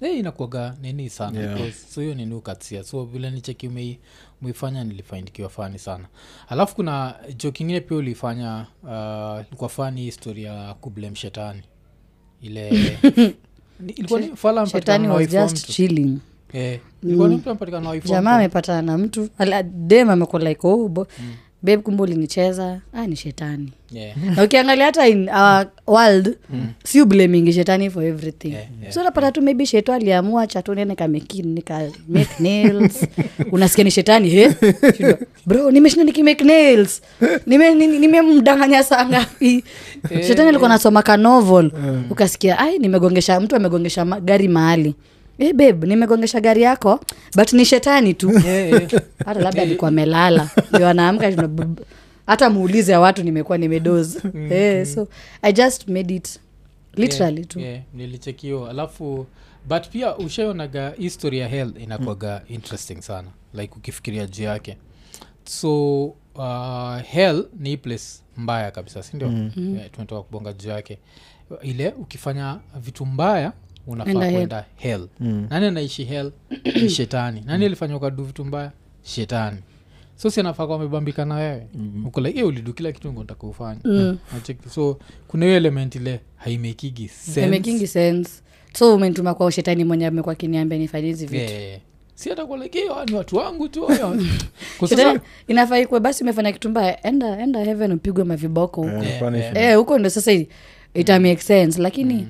Eh, inakuaga nini sana Yeah. because- so hiyo nini ukatsia so vile nicheki umei- umeifanya nilifaindikiwa fani sana alafu kuna joke ingine pia ulifanya uh, ilikuwa fani hii story ya kublame shetani ile Ni- ilikuwa ni fala amepatikana shetani na was wife wa just mtu. chilling Eh, ilikuwa ni mtu amepatikana na wife wa jamaa amepatana na mtu ala- dem amekuwa like oh, bo, babe kumbe ulinicheza ah, ni shetani mtu. Yeah. na ukiangalia hata in our world si ublamingi shetani for everything Yeah, yeah. so napata tu maybe shetu aliamua chatune nikamake nails unasikia ni shetani he Shindwa, bro nimeshinda nikimake nails nimemdanganya nime nimemdanganya saa ngapi Eh. shetani alikuwa nasoma kanovel ukasikia ai nimegongesha mtu amegongesha ma- gari mahali Eh babe nimegongesha gari yako but ni shetani tu Eh, eh. hata labda alikuwa amelala ndio anaamka tuna- bub- hata muulize ya watu nimekuwa nimedoz eh, so i just made it literally Mm-hmm. Yeah, tu yeah, nilichekio alafu but pia ushaonaga history ya hell inakwaga interesting sana like ukifikiria juu yake so uh, hell ni hii place mbaya kabisa sindio mm. yeah, tumetoka kubonga juu yake ile ukifanya vitu mbaya Enda unafaa hell. kwenda hell mm. nani anaishi hell ni shetani nani alifanya ukadu vitu mbaya shetani so si anafaa kwa amebambika na wewe Mm-hmm. mm. uko like "Eh, ulidu kila kitu ngontakufanya mm. so kuna hiyo element ile haimekigi sense. making sense so umentuma kwa shetani mwenye amekuwa kiniambia nifanye hizi vitu Yeah, yeah, yeah. si atakuwa like "Eh, hawa ni watu wangu tu hawa." Kwa sasa- shetani inafaa ikuwe basi umefanya kitu mbaya enda enda heaven upigwe maviboko huko Yeah, Yeah, Mm. punishment. eh, huko ndo sasa i- ita make sense lakini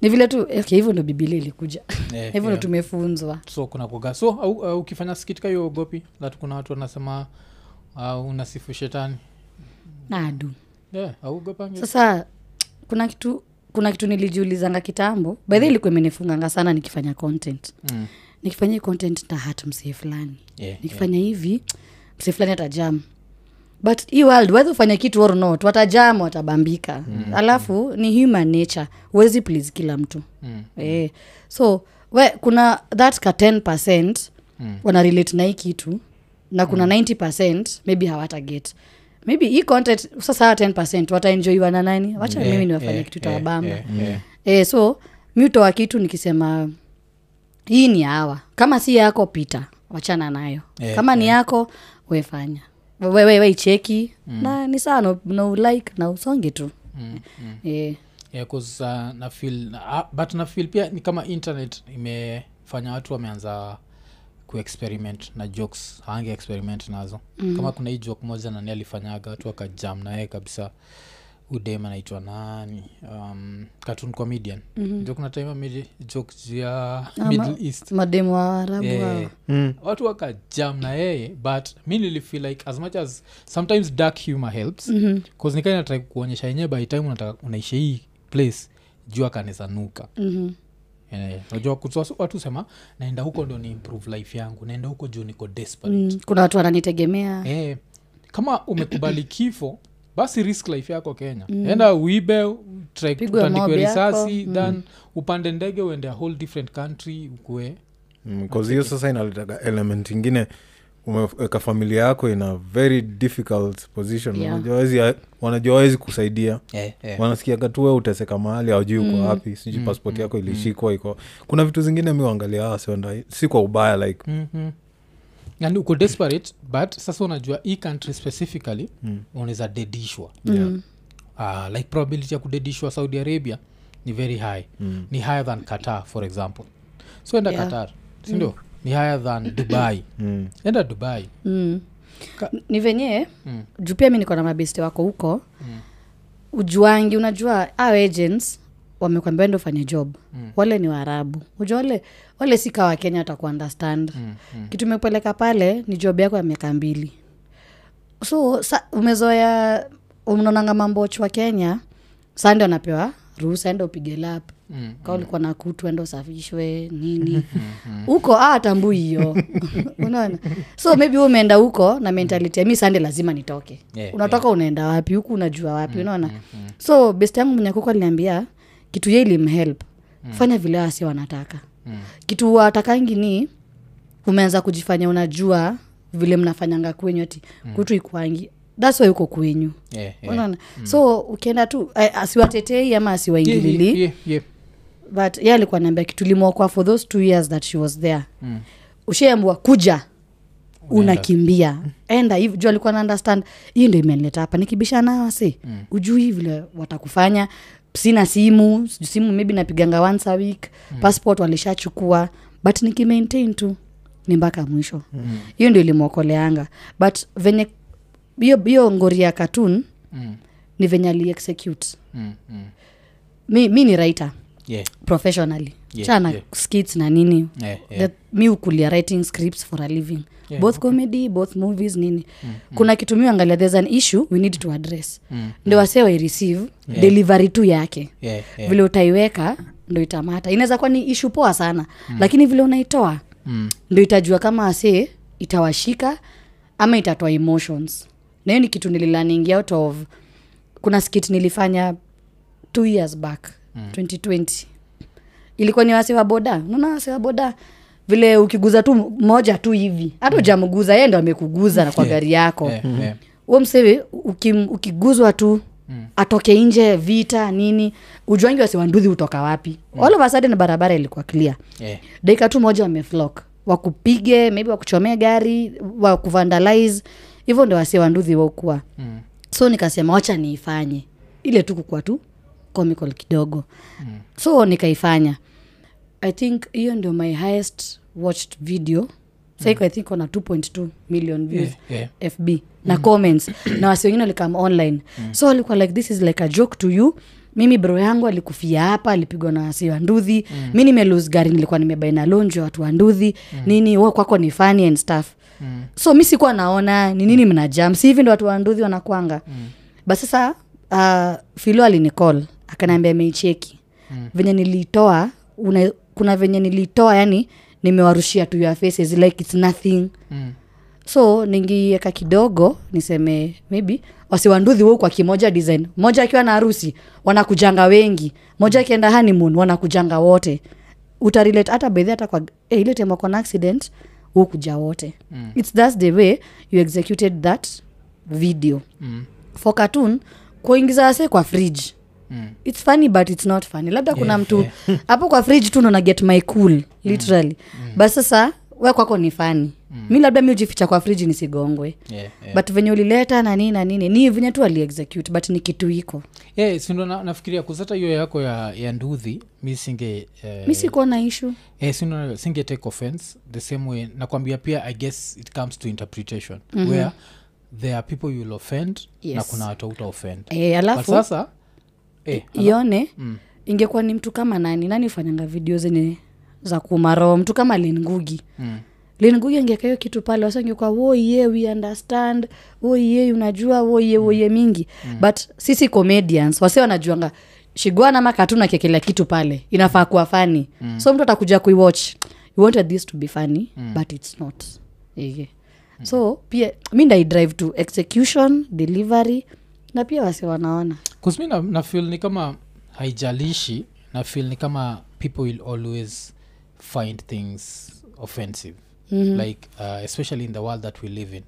ni vile tu okay, hivyo ndo bibilia ilikuja Yeah, hivyo ndo yeah. tumefunzwa so kuna kuga so au, au, ukifanya skitika hiyo ogopi that kuna watu wanasema uh, unasifu shetani nadu yeah, augopange sasa kuna kitu kuna kitu nilijiulizanga kitambo baidhi ilikuwa imenifunganga sana nikifanya content Mm. nikifanya hii content tahat msee fulani Yeah, nikifanya hivi msee fulani atajam but hii world whether ufanye kitu or not watajam watabambika mm. alafu ni human nature huwezi please kila mtu Mm. eh. so we, kuna that ka 10 percent mm. wanarelate na hii kitu na kuna 90 percent maybe hawataget maybe hii content sasa hawa 10 percent wataenjoiwa na nani wacha Yeah, mimi niwafanye yeah, kitu yeah, tawabamba yeah, yeah. e, so mi utoa kitu nikisema hii ni hawa kama si yako pita wachana nayo Eh, kama ni yako wefanya wewewe icheki na ni sawa na- na ulike na usonge tu Mm, mm. Eh, yeah, 'cause, uh, na feel, na- ah, but na feel pia ni kama internet imefanya watu wameanza kuexperiment na jokes haange experiment nazo mm. kama kuna hii joke moja nani alifanyaga watu wakajam naye kabisa udem anaitwa nani um, cartoon comedian mm-hmm. jo kuna time amedi joke juu ya middle east mademu wa arabu Yeah. Eh, watu wakajam na yeye but mi nilifeel like as much as sometimes dark humor helps Mhm. mm-hmm. nikainatrai kuonyesha yenyewe by time unataka unaisha hii place juu akanezanuka mm Eh, unajua kutu- watu husema naenda huko ndio ni improve life yangu naenda huko juu niko desperate mm, kuna watu wananitegemea eh, kama umekubali kifo basi risk life yako kenya mm. enda uibe try Pigwe utandikwe mob yako, Mm. risasi than upande ndege uende a whole different country ukue Mm, 'cause hiyo sasa inaletaga element ingine umeweka familia yako in a very difficult position Yeah. Unajua hawezi- wanajua wawezi kusaidia eh, eh. wanasikiaga tu we uteseka mahali aujui uko wapi sijui passport yako ilishikwa iko kuna vitu zingine mi uangalia asenda si kwa ubaya like mm-hmm. yani uko desperate but sasa unajua hii country specifically mm. unaweza dedishwa Ah, yeah. uh, like probability ya kudedishwa saudi arabia ni very high mm. ni higher than qatar for example so enda Yeah. Hmm. yeah. qatar sindio mm. ni higher than dubai mm. enda dubai Hmm. ni venye mm. juu pia mi niko na mabeste wako huko mm. ujuangi unajua our agents wamekwambia ndo fanye job mm. wale ni waarabu uja wale wale si kawa kenya watakuunderstand mm. mm. kitu imepeleka pale ni job yako ya miaka mbili so sa, umezoea unaonanga mambochwa kenya saa ndio anapewa ruhusa enda upige lap Mm, Mm-hmm. kaa ulikuwa na kutu enda usafishwe nini huko ah, atambui hiyo unaona so maybe wewe umeenda huko na mentality ya mi sande lazima nitoke Yeah, Mm, unatoka unaenda wapi huku unajua wapi unaona so best yangu mwenye kuko aliniambia kitu ye ilimhelp Mm. fanya vile wasi wanataka kitu watakangi ni umeanza kujifanya unajua vile mnafanyanga kwenyu ati kutu ikwangi thats why uko kwenyu yeah, yeah. unaona so ukienda tu eh, asiwatetei ama Yeah, asiwaingililii yeah, yeah, yeah. but ye alikuwa naambia kitu limwokwa for those two years that she was there mm. ushaambua kuja unakimbia enda hivi juu alikuwa na understand hii ndo imenileta hapa nikibishana hawa si mm. ujui vile watakufanya sina simu sijui simu maybe napiganga once a week mm. passport walishachukua but nikimaintain tu ni mpaka mwisho hiyo mm. ndio ilimwokoleanga but venye hiyo- hiyo ngori ya katun Mm, ni venye aliexecute mm, mm. mi, mi ni writer Yeah, professionally Yeah, chana yeah. skits na nini yeah, yeah. That mi ukulia writing scripts for a living Yeah, both comedy both movies nini kuna kitu mi angalia there's an issue we need to address Mm, ndo wasee waireceive Yeah. delivery tu yake yeah, yeah. vile utaiweka ndo itamata inaweza kuwa ni ishu poa sana lakini vile unaitoa Mm, ndo itajua kama wasee itawashika ama itatoa emotions na hiyo ni kitu nililaningi out of kuna skit nilifanya two years back mm. 2020 ilikuwa ni wase wa boda unaona wase wa boda vile ukiguza tu moja tu hivi hata ujamguza yeye ndo amekuguza na kwa Mm. Yeah. gari yako yeah, yeah. huo msewe ukim- ukiguzwa tu Mm. atoke nje vita nini ujuangi wasiwanduhi hutoka wapi mm. all of a sudden barabara ilikuwa clear Yeah, dakika tu moja wameflok wakupige maybe wakuchomee gari wakuvandalize hivyo ndo wasi wanduhi waukua mm, so nikasema wacha niifanye ile tu kukua tu comical kidogo mm. so nikaifanya i think hiyo ndio my highest watched video saiko i think ona 2.2 million views yeah, Mm. yeah. fb na comments na wasi wengine walikam online mm. so alikuwa like this is like a joke to you mimi bro yangu alikufia hapa alipigwa na wasi wa ndudhi mm. mi nimelose gari nilikuwa nimebaina lonju ya watu wa ndudhi mm. nini wa kwako ni funny and stuff mm. so mi sikuwa naona ni nini mna jam si hivi ndo watu wa ndudhi wanakwanga mm. but sasa uh, filo alinicall akanaambia meicheki mm. venye nilitoa una, kuna venye nilitoa yani nimewarushia to your faces like its nothing Mm, so ningieka kidogo niseme maybe wasiwanduthi wou kwa kimoja design moja akiwa na harusi wanakujanga wengi moja akienda honeymoon wanakujanga wote utarelate hata bedhi hata kwa eh, ile time wako na accident huu kuja wote mm. its thats the way you executed that video mm, for cartoon kuingiza wase kwa fridge mm. its funny but its not funny labda kuna Yeah, mtu hapo kwa fridge tu ndo na get my cool literally but sasa we kwako ni fani mi labda mi ujificha kwa fridge nisigongwe Yeah, yeah. but venye ulileta na nini na nini ni venye tu aliexecute but ni kitu iko Yeah, sindo na, nafikiria kuzata hiyo yako ya, ya nduthi mi singe eh, mi sikuwa na ishu eh, sindo singe take offense the same way nakwambia pia i guess it comes to interpretation mm-hmm. where there are people you'll offend na Mhm. Yes. kuna watu auta offend e, but alafu sasa eh, ione ingekuwa ni mtu kama nani nani ufanyanga video zenye za kumaroho mtu kama lingugi mm, lingugi angeka hiyo kitu pale wasangekuwa woye we understand woye unajua woye woye mingi but sisi comedians wase wanajuanga shigwana ama katuna kekela kitu pale inafaa kuwa fani so mtu atakuja kuiwatch you wanted this to be funny but its not Ege. so pia mi ndaidrive to execution delivery na pia wase wanaona kusmi na, na feel ni kama haijalishi na feel ni kama people will always find things offensive Mhm. mm-hmm. like uh, especially in the world that we live in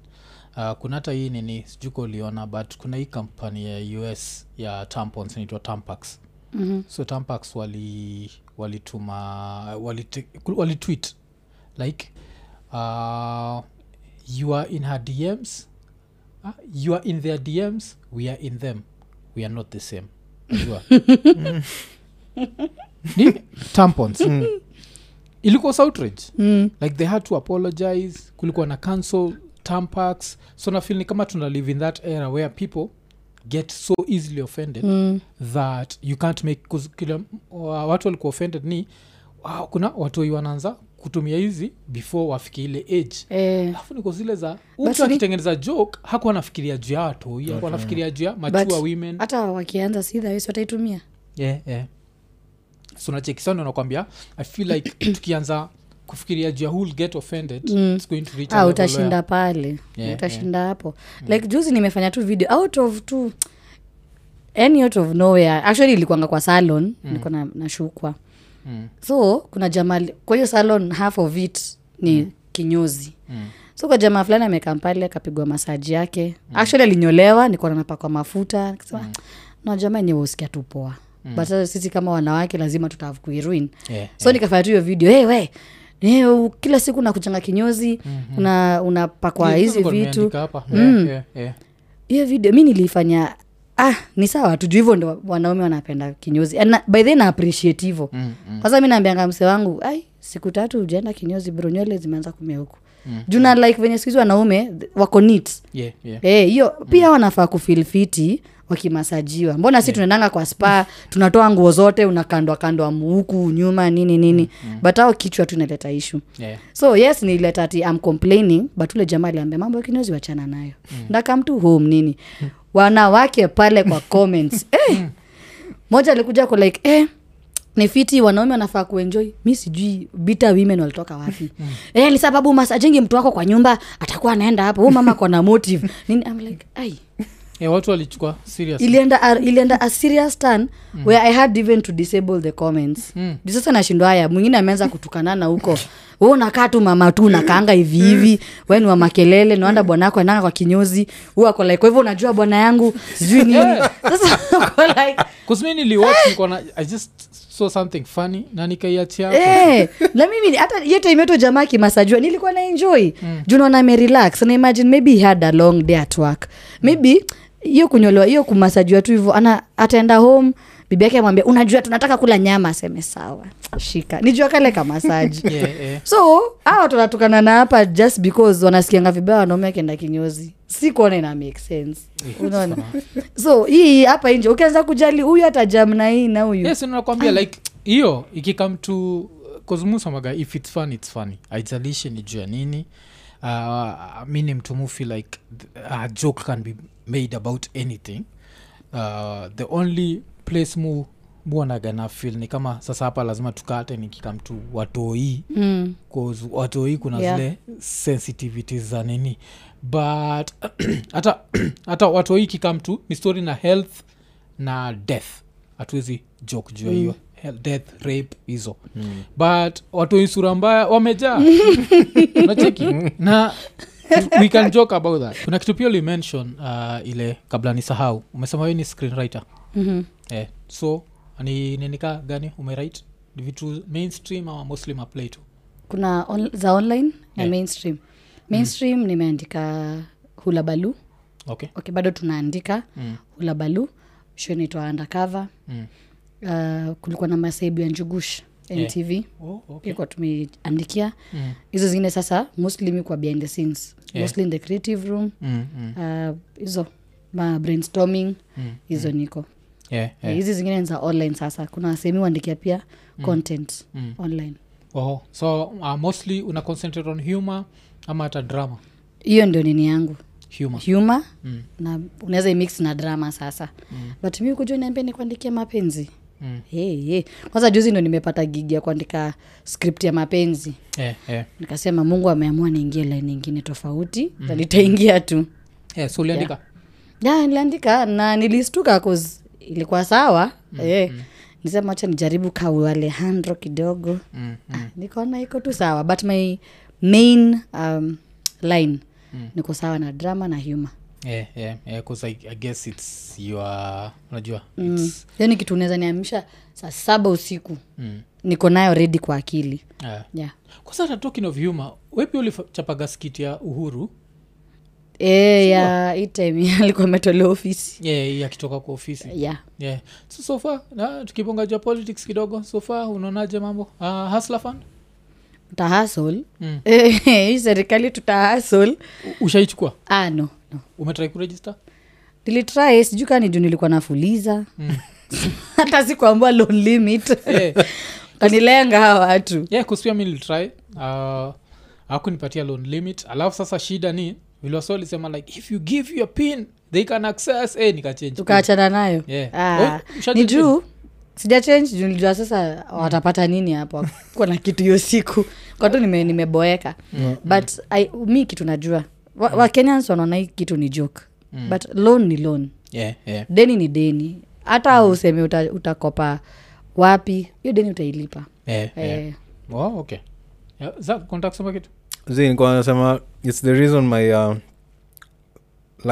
uh, kuna hata hii nini sijuko uliona but kuna hii kampani ya us ya tampons inaitwa tampax Mhm. mm-hmm. so tampax wali walituma walite- walitweet like uh, you are in her dms Ah, you are in their dms we are in them we are not the same Unajua? nini Mm. tampons ilikuwa outrage mm. like they had to apologize kulikuwa na cancel tampax so nafil ni kama tuna live in that era where people get so easily offended mm. that you can't make 'cause kila, wa- watu walikuwa offended ni wow, kuna watoi wanaanza kutumia hizi before wafike ile age eh, alafu niko zile za Basi mtu ni- akitengeneza joke hakuwa anafikiria juu ya watoi hakuwa anafikiria juu ya machua women hata wakianza sidhawesi wataitumia yeah, yeah. so nachekisani unakwambia i feel like tukianza kufikiria juu ya who'll get offended it's going to reach a ah, level utashinda where- pale Yeah, utashinda hapo like juzi nimefanya tu video out of tu any out of nowhere actually ilikuanga kwa salon mm. nilikuwa na- nashukwa Mm. so kuna jamaa li- kwa hiyo salon half of it ni mm. kinyozi mm so kwa jamaa fulani amekaa pale akapigwa masaji yake mm. actually alinyolewa nikuwa napakwa mafuta nikasema mm. na jamaa enyewe usikia tu poa mm. but sasa sisi kama wanawake lazima tutakuiruin Yeah, so nikafanya tu hiyo video hey, we eh, u- kila siku nakuchanga kinyozi mm-hmm. una unapakwa Yeah, hizi nilikuwa vitu mm. nimeandika hapa. Yeah, yeah, yeah. hiyo video mi nilifanya ah ni sawa tu juu hivyo ndo wanaume wanapenda kinyozi And na, by then na appreciate hivo Mm, mm. kwanza mi naambianga mse wangu ai siku tatu ujaenda kinyozi bro nywele zimeanza kumea huku juu na like venye sikuhizi wanaume th- wako neat Yeah, yeah. Eh, hiyo pia wanafaa kufeel fiti wakimasajiwa mbona si tunaendanga kwa spa tunatoa nguo zote unakandwa kandwa muuku nyuma nini nini but ao kichwa tu inaleta ishu Yeah. so yes nilileta ati am complaining but ule jamaa aliambia mambo ya kinyozi wachana nayo ndakam tu home nini wanawake pale kwa comments eh, moja alikuja ko like eh, ni fiti wanaume wanafaa kuenjoy mi sijui bita women walitoka wapi eh, ni sababu masajingi mtu wako kwa nyumba atakuwa anaenda hapo huu mama kona motive nini I'm like ai Yeah, watu walichukua serious. ilienda a, ilienda a serious turn where i had even to disable the comments Mm. Juu sasa nashindwa haya mwingine ameanza kutukanana huko we unakaa tu mama tu unakaanga hivi hivi we ni wa makelele naanda bwana yako ananga kwa kinyozi huu ako like kwa hivyo unajua bwana yangu sijui nini sasa uko like 'Cause mi niliwatch nilikuwa na- i just saw something funny na nikaiachia hapo. Eh, na mimi hata hiyo time yetu jamaa kimasajua nilikuwa na enjoy Mm. juu naona amerelax na imagine maybe he had a long day at work maybe hiyo kunyolewa hiyo kumasajua tu hivyo ana ataenda home bibi yake amwambia unajua tunataka kula nyama aseme sawa shika nijua kale kamasaji Yeah, yeah. so hawa tunatukana na hapa just because wanasikianga vibaya wanaume akienda kinyozi si kuona ina make sense Eh. unaona so hii hapa nje ukianza kujali huyu atajam na hii na huyu yes nakwambia like hiyo ikikam to kosmusamaga if its fun its funny aijalishi ni juu ya nini uh, mi ni mtu mufi like th- a joke can be made about anything uh, the only place mu muonagana fil ni kama sasa hapa lazima tukate nikikam to watoi mm. cause watoi kuna Yeah. yeah. zile sensitivity za nini but hata hata watoi kikam tu ni story na health na death hatuwezi joke Mm. juu ya hiyo Health, death rape hizo mm. but watoi sura mbaya wamejaa nacheki na we can joke about that kuna kitu pia ulimention uh, ile kabla ni sahau umesema we ni screenwriter mm-hmm. eh, so ni ninika gani umerite Ni vitu mainstream ama mostly maplay tu kuna on, za online na Yeah. Mm-hmm. mainstream mainstream nimeandika hulabalu okay okay, bado tunaandika Mm. hulabalu show inaitwa undercover Mm. uh, kulikuwa na masaibu ya njugush Yeah. ntv Oh, okay. ilikuwa tumeandikia Mm, hizo zingine sasa mostly mi kwa behind the scenes Yeah. mostly in the creative room mm, mm, uh, hizo ma brainstorming mm. hizo niko Yeah, yeah. hizi zingine ni za online sasa kuna sehemu huandikia pia content Mm. online Oh, so uh, mostly una concentrate on humor ama hata drama hiyo ndio nini yangu humor humor mm, na unaweza imix na drama sasa mm. but mi kuja niambia nikuandikia mapenzi mm. hey, hey. kwanza juzi ndo nimepata gigi ya kuandika script ya mapenzi Yeah, yeah. nikasema mungu ameamua niingie line ingine tofauti mm. na nitaingia tu Yeah, so uliandika ya niliandika na nilistuka cause ilikuwa sawa mm. hey. mm. nisema wacha nijaribu kaualejandro kidogo Mm, ah, nikaona iko tu sawa but my main um, line mm. niko sawa na drama na humor yeah, yeah, yeah, 'cause I, i guess its your unajua Mm. its yani kitu unaweza niamsha saa saba usiku mm, niko nayo redi kwa akili yeah. yeah. kwanza hata talking of humor wepi ulichapaga skiti ya uhuru e, ya hii time alikuwa ametolea ofisi yeah, akitoka kwa ofisi yeah. yeah. so, so far na tukibonga jua politics kidogo so far unaonaje mambo uh, hasla fund tahasol Mm. hii serikali tutahasol U- ushaichukua ah, no, no. umetrai kuregister nilitry sijuu kaa ni juu nilikuwa nafuliza hata sikuambua loan limit yeah. kanilenga hawa watu yeah, kuspia mi nilitry uh, akunipatia loan limit alafu sasa shida ni viloso lisema like if you give your pin they can access eh, nikachange tukaachana nayo Yeah. Ah, Oh, usha ni change juu sija change juu nilijua sasa watapata nini hapo kuwa na kitu hiyo siku kwa tu nime- nimeboeka but I, mi kitu najua Mm. Wa- wakenyans wanaona hii kitu ni joke but loan ni loan yeah, yeah. deni ni deni Mm. hata useme uta, utakopa wapi hiyo deni utailipa Yeah, yeah. Eh, Oh, okay Yeah, za kunataka kusema kitu Zee, nilikuwa nasema its the reason my uh,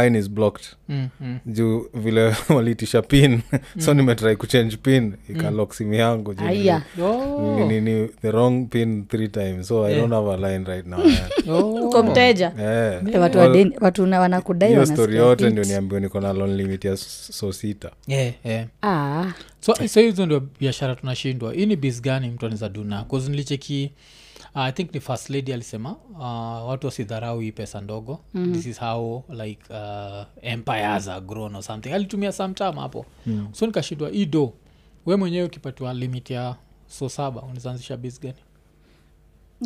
line is blocked mm, mm. juu vile walitisha pin so nimetrai kuchange pin Mm. ikalok simu yangu juu Aya. Oh. nili- nini- the wrong pin three times so i Yeah. don't have a line right now Oh. uko mteja yeah. Eh, watu wa deni- watu na- wanakudai hiyo stori wanasikia yote it. ndio niambiwa niko na loan limit ya s- so sita Yeah, yeah. Ah, so so hizo ndio biashara tunashindwa hii ni bis gani mtu anaweza duna bcause nilicheki uh, i think ni first lady alisema uh, watu wasidharau hii pesa ndogo mm-hmm. this is how like uh, empires are grown or something alitumia samtam hapo mm. so nikashindwa hii do we mwenyewe ukipatiwa limit ya so saba unazaanzisha bis gani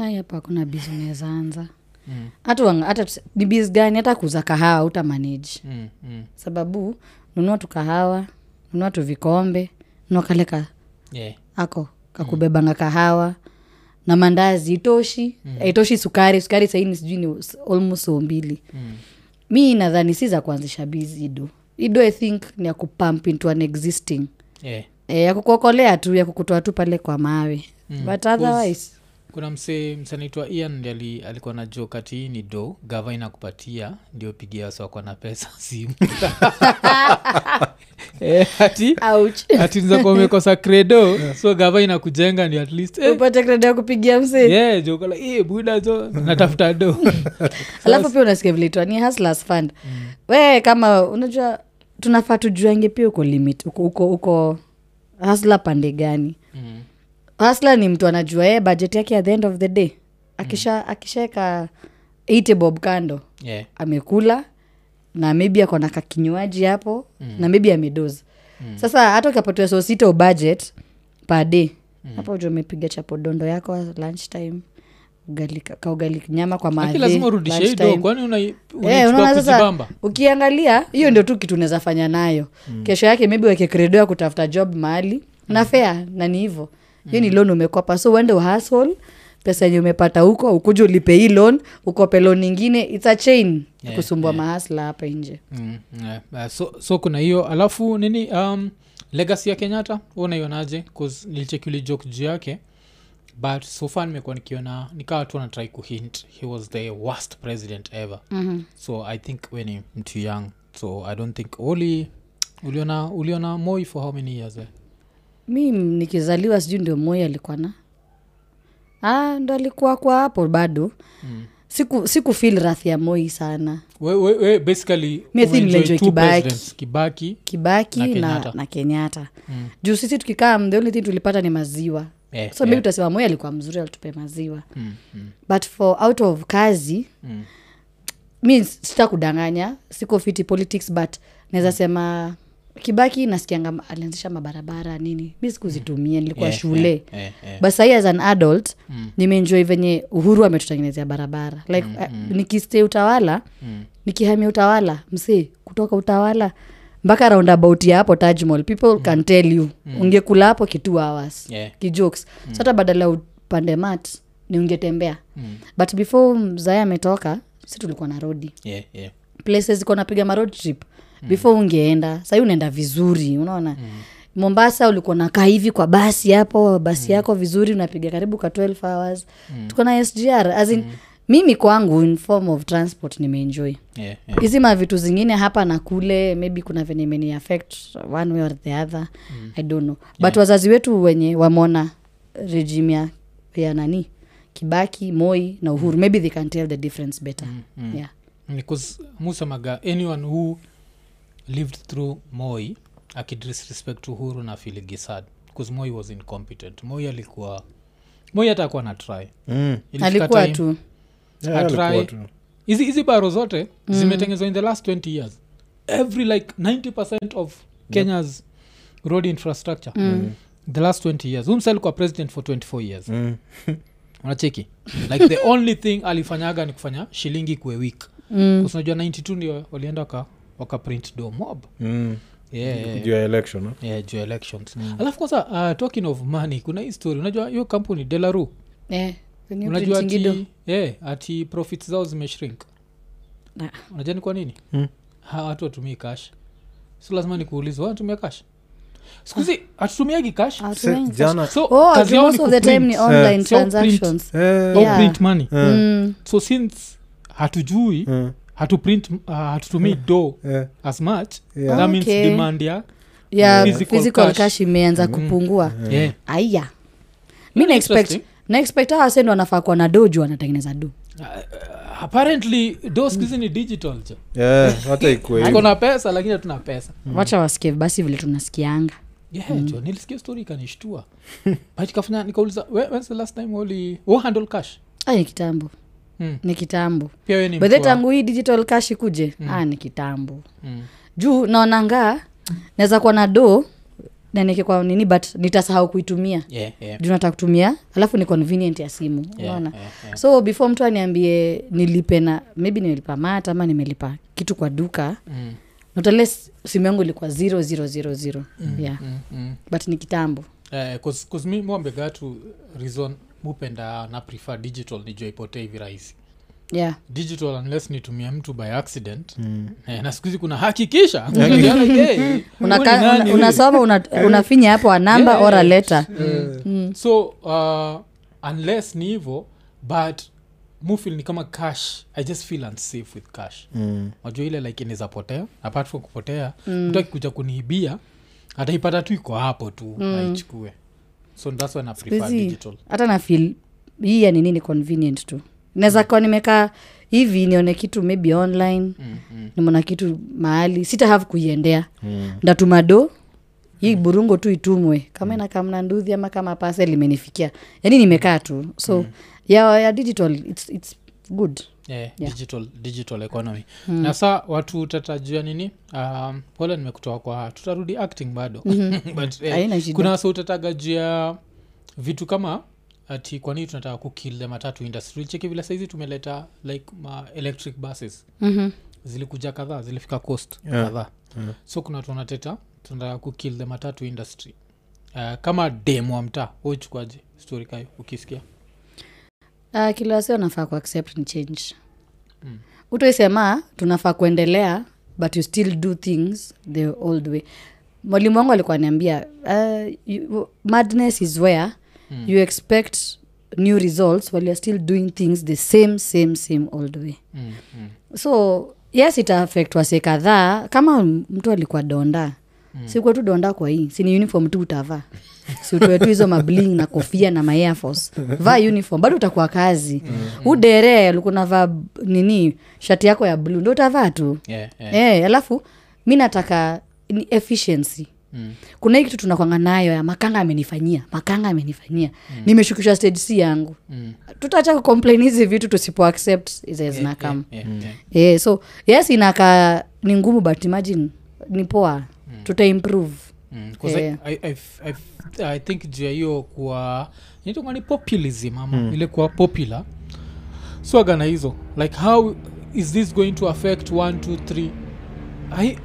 ai hapa hakuna bizi unaweza anza Mm. hata wang- hata tuse- ni bizi gani hata kuuza kahawa uta manage mm, mm. sababu nunua tu kahawa nunua tu vikombe nunua kale ka yeah. ako kakubebanga Mm. kahawa na mandazi itoshi itoshi sukari sukari sahii ni sijui ni s- almost so mbili Mm. mi nadhani si za kuanzisha bizi ido ido i think ni ya kupump into an existing yeah. e, ya kukuokolea tu ya kukutoa tu pale kwa mawe mm. but otherwise kuna msee msee anaitwa ian ndiye ali, alikuwa na jo kati hii ni do gava inakupatia ndio pigia wasowakwa na pesa simu Eh, ati ouch ati nzakuwa umekosa credo so gava inakujenga ndio at least eh, upate kredi ya kupigia msee yeah, jokola eh, buda jo natafuta do alafu pia unasikia vilitwa ni hustlers fund we kama unajua tunafaa tujuange pia uko limit uko, uko, uko hasla pande gani Mm, hasla ni mtu anajua yeye budget yake at the end of the day akisha mm. akishaeka ite bob kando yeah, amekula na maybe ako na kakinywaji hapo mm. na maybe amedoza mm. sasa hata ukapatiwa so sita budget pade mm. hapo ju umepiga chapodondo yako lunch time kaugali nyama kwa lakini maadhi, lazima urudishe hii lunchtime. do kwani una- Eh, unaichukua unaona sasa, kujibamba ukiangalia hiyo ndio tu kitu unaweza fanya nayo kesho yake maybe weke kredo ya kutafuta job mahali na fea na ni hivo hiyo ni loan umekopa so uende uhasol pesa yenye umepata huko ukuja ulipe hii loan ukope loan ingine its a chain yeah, kusumbua yeah. mahasla hapa nje mm, yeah. Uh, so, so kuna hiyo alafu nini um, legacy ya kenyatta unaionaje nilichekuli joke juu yake but so far nimekuwa nikiona nikawa tu anatrai kuhint he was the worst president ever mm-hmm. so i think we ni mtu young so i don't think oli uliona uliona moi for how many years eh? mi m- nikizaliwa sijui ndio moi alikuwa na ah, ndo alikuwa kwa hapo bado mm. siku siku feel rathi ya moi sana we, we, we basically Mi I think umeenjoy nilienjoy two Kibaki. presidents, kibaki kibaki Na na Kenyatta. kenyatta, na, kenyatta. Mm. juu sisi tukikaa the only thing tulipata ni maziwa Eh, so eh. maybe utasema moya alikuwa mzuri alitupe maziwa mm, mm. but for out of kazi mm. mi s- sita kudanganya siko fiti politics but naweza sema kibaki nasikianga ma- alianzisha mabarabara nini mi sikuzitumia nilikuwa Yeah, shule yeah, yeah, yeah. but sahii as an adult mm. nimeenjoy venye uhuru ametutengenezea barabara like mm, uh, nikistay utawala mm. nikihamia utawala msee kutoka utawala mpaka roundabout ya hapo tajmal people mm. can tell you mm. ungekula hapo kitu hours Yeah. kijokes mm. sata badala ya upande mat ni ungetembea mm. but before mzae ametoka si tulikuwa na rodi yeah, yeah. places iko napiga maroad trip Mm. before ungeenda sahii unaenda vizuri unaona mm. mombasa ulikuwa nakaa hivi kwa basi hapo basi Mm. yako vizuri unapiga karibu ka 12 hours tuko na sgr as Mm. in, mimi kwangu in form of transport nimeenjoy Yeah, yeah. hizi ma mavitu zingine hapa na kule maybe kuna venye imeni affect one way or the other Mm. i don't know but wazazi wetu wenye wameona regime ya, Mm. ya nani kibaki moi na uhuru maybe they can tell the difference better yeah because musemaga anyone who lived through moi akidisrespect uhuru na filigi sad because moi was incompetent moi alikuwa moi hata akuwa na try Mm. Ilifika alikuwa time- tu Yeah, Atrai- alikuwa tu. hizi hizi baro zote mm. zimetengenezwa in the last 20 years every like 90 of kenya's road infrastructure mm. the last 20 years humsa alikuwa president for 24 years Mm. unacheki like the only thing alifanyaga ni kufanya shilingi kue wik mm. unajua 92 ndio walienda waka, waka print do mob Mm. yeah, yeah, Juu ya election no? yeah, juu ya elections mm. alafu kwanza uh, talking of money kuna hii story unajua hiyo kampuni delaru eh, kwenye unajua printing ido. ati, yeah, ati profits zao zimeshrink Na, Hmm. unajua ni kwa nini Mm. ha, watu watumii kash si lazima nikuuliza wanatumia kash sikuzi hatutumiagi kash watu Se- wengi- jana so Oh, kazi ati yao most ni of the time ni kuprint. online So print. transactions Eh, Au Yeah. print money eh, Mm. so since hatujui Hmm. eh, hatu print uh, hatutumii do eh. as much Yeah. that means Okay. demand ya ya Mm. Physical physical cash. cash imeanza kupungua yeah. aiya mi Interesting. naexpect naexpect hawa sendo wanafaa kuwa na doju wanatengeneza du apparently do skizi ni digital jo Eh, hata ikuwe tuko hivyo. na pesa lakini hatuna pesa wacha wasikie basi vile tunasikianga yeah, jo nilisikia story ikanishtua but kafanya nikauliza "When- when's the last time oli wo handle cash a Ah, ni kitambo Mm. ni kitambo pia we ni bedhe mtu wa- tangu hii digital cash kuje mm. ah ni kitambo Mm. juu naonangaa naweza kuwa na do naneke kwa nini but nitasahau kuitumia yeah, yeah. juu nataka kutumia alafu ni convenient ya simu Yeah, unaona yeah, yeah. so before mtu aniambie nilipe na maybe nimelipa mat ama nimelipa kitu kwa duka Mm, notale simu yangu ilikuwa 0000 yeah. mm, mm. but ni kitambo Eh, 'cause- 'cause mi mwambegatu reason mupenda na prefer digital nijo ipotee hivi rahisi yeah digital unless nitumia mtu by accident mm. eh, na sikuhizi kuna hakikisha Unajiona, "Hey, huyu ni Unaka- nani una- huyu?" unasoma una, unafinya hapo a number Yeah, or a yeah. letter Mm. so uh, unless ni hivo but mufil ni kama cash i just feel unsafe with cash Mm. wajua ile like inaweza potea apart from kupotea mtu akikuja kuniibia ataipata tu iko hapo tu mm. aichukue so that's when I prefer Hizi, digital hata na feel hii ya nini ni convenient tu naweza kuwa nimekaa hivi nione kitu maybe online mm, mm. nimeona kitu mahali sita have kuiendea ndatuma do hii burungo tu itumwe kama mm. inakamna nduthi ama kama pasel imenifikia yaani nimekaa tu so mm. ya, ya digital it's, it's good Yeah, digital digital economy mm. na saa watu tatajua nini um, pole nimekutoa kwa tutarudi acting bado mm-hmm. but eh, Haina shida. kuna wasa utataga juu ya vitu kama ati kwa nini tunataka kukill the matatu industry cheki vile saizi tumeleta like ma electric buses mm-hmm. zilikuja kadhaa zilifika cost Yeah. kadhaa so kuna watu wanateta tunataka kukill the matatu industry uh, kama dem wa mtaa uchukuaje story kayo ukisikia uh, kila wasi wanafaa kuaccept ni change mm. utoisema tunafaa kuendelea but you still do things the old way mwalimu wangu alikuwa aniambia uh, you, madness is where mm. you expect new results while youare still doing things the same same same old way mm, mm, so yes itaaffect wase kadhaa kama mtu alikuwa donda mm. sikuwa tu donda kwa hii sini uniform tu utavaa si utoe tu hizo mabling na kofia na ma Air Force vaa uniform bado utakuwa kazi mm. udere ulikuwa unavaa b- nini shati yako ya blue ndo utavaa tu yeah, yeah. yeah. alafu mi nataka ni efficiency Mm. kuna hii kitu tunakwanga nayo ya makanga amenifanyia makanga amenifanyia mm. nimeshukishwa stage c yangu Mm. tutaacha kucomplain hizi vitu tusipo accept hizo zinakam Yeah, yeah, yeah. yeah, Eh, so yes inaka ni ngumu but imagine ni poa mm. tutaimprove Mm, 'cause I- Yeah. I- I f- I f- i think juu ya hiyo kuwa inaitwa ni populism ama ile kuwa popular swaga na hizo like how is this going to affect one two three I,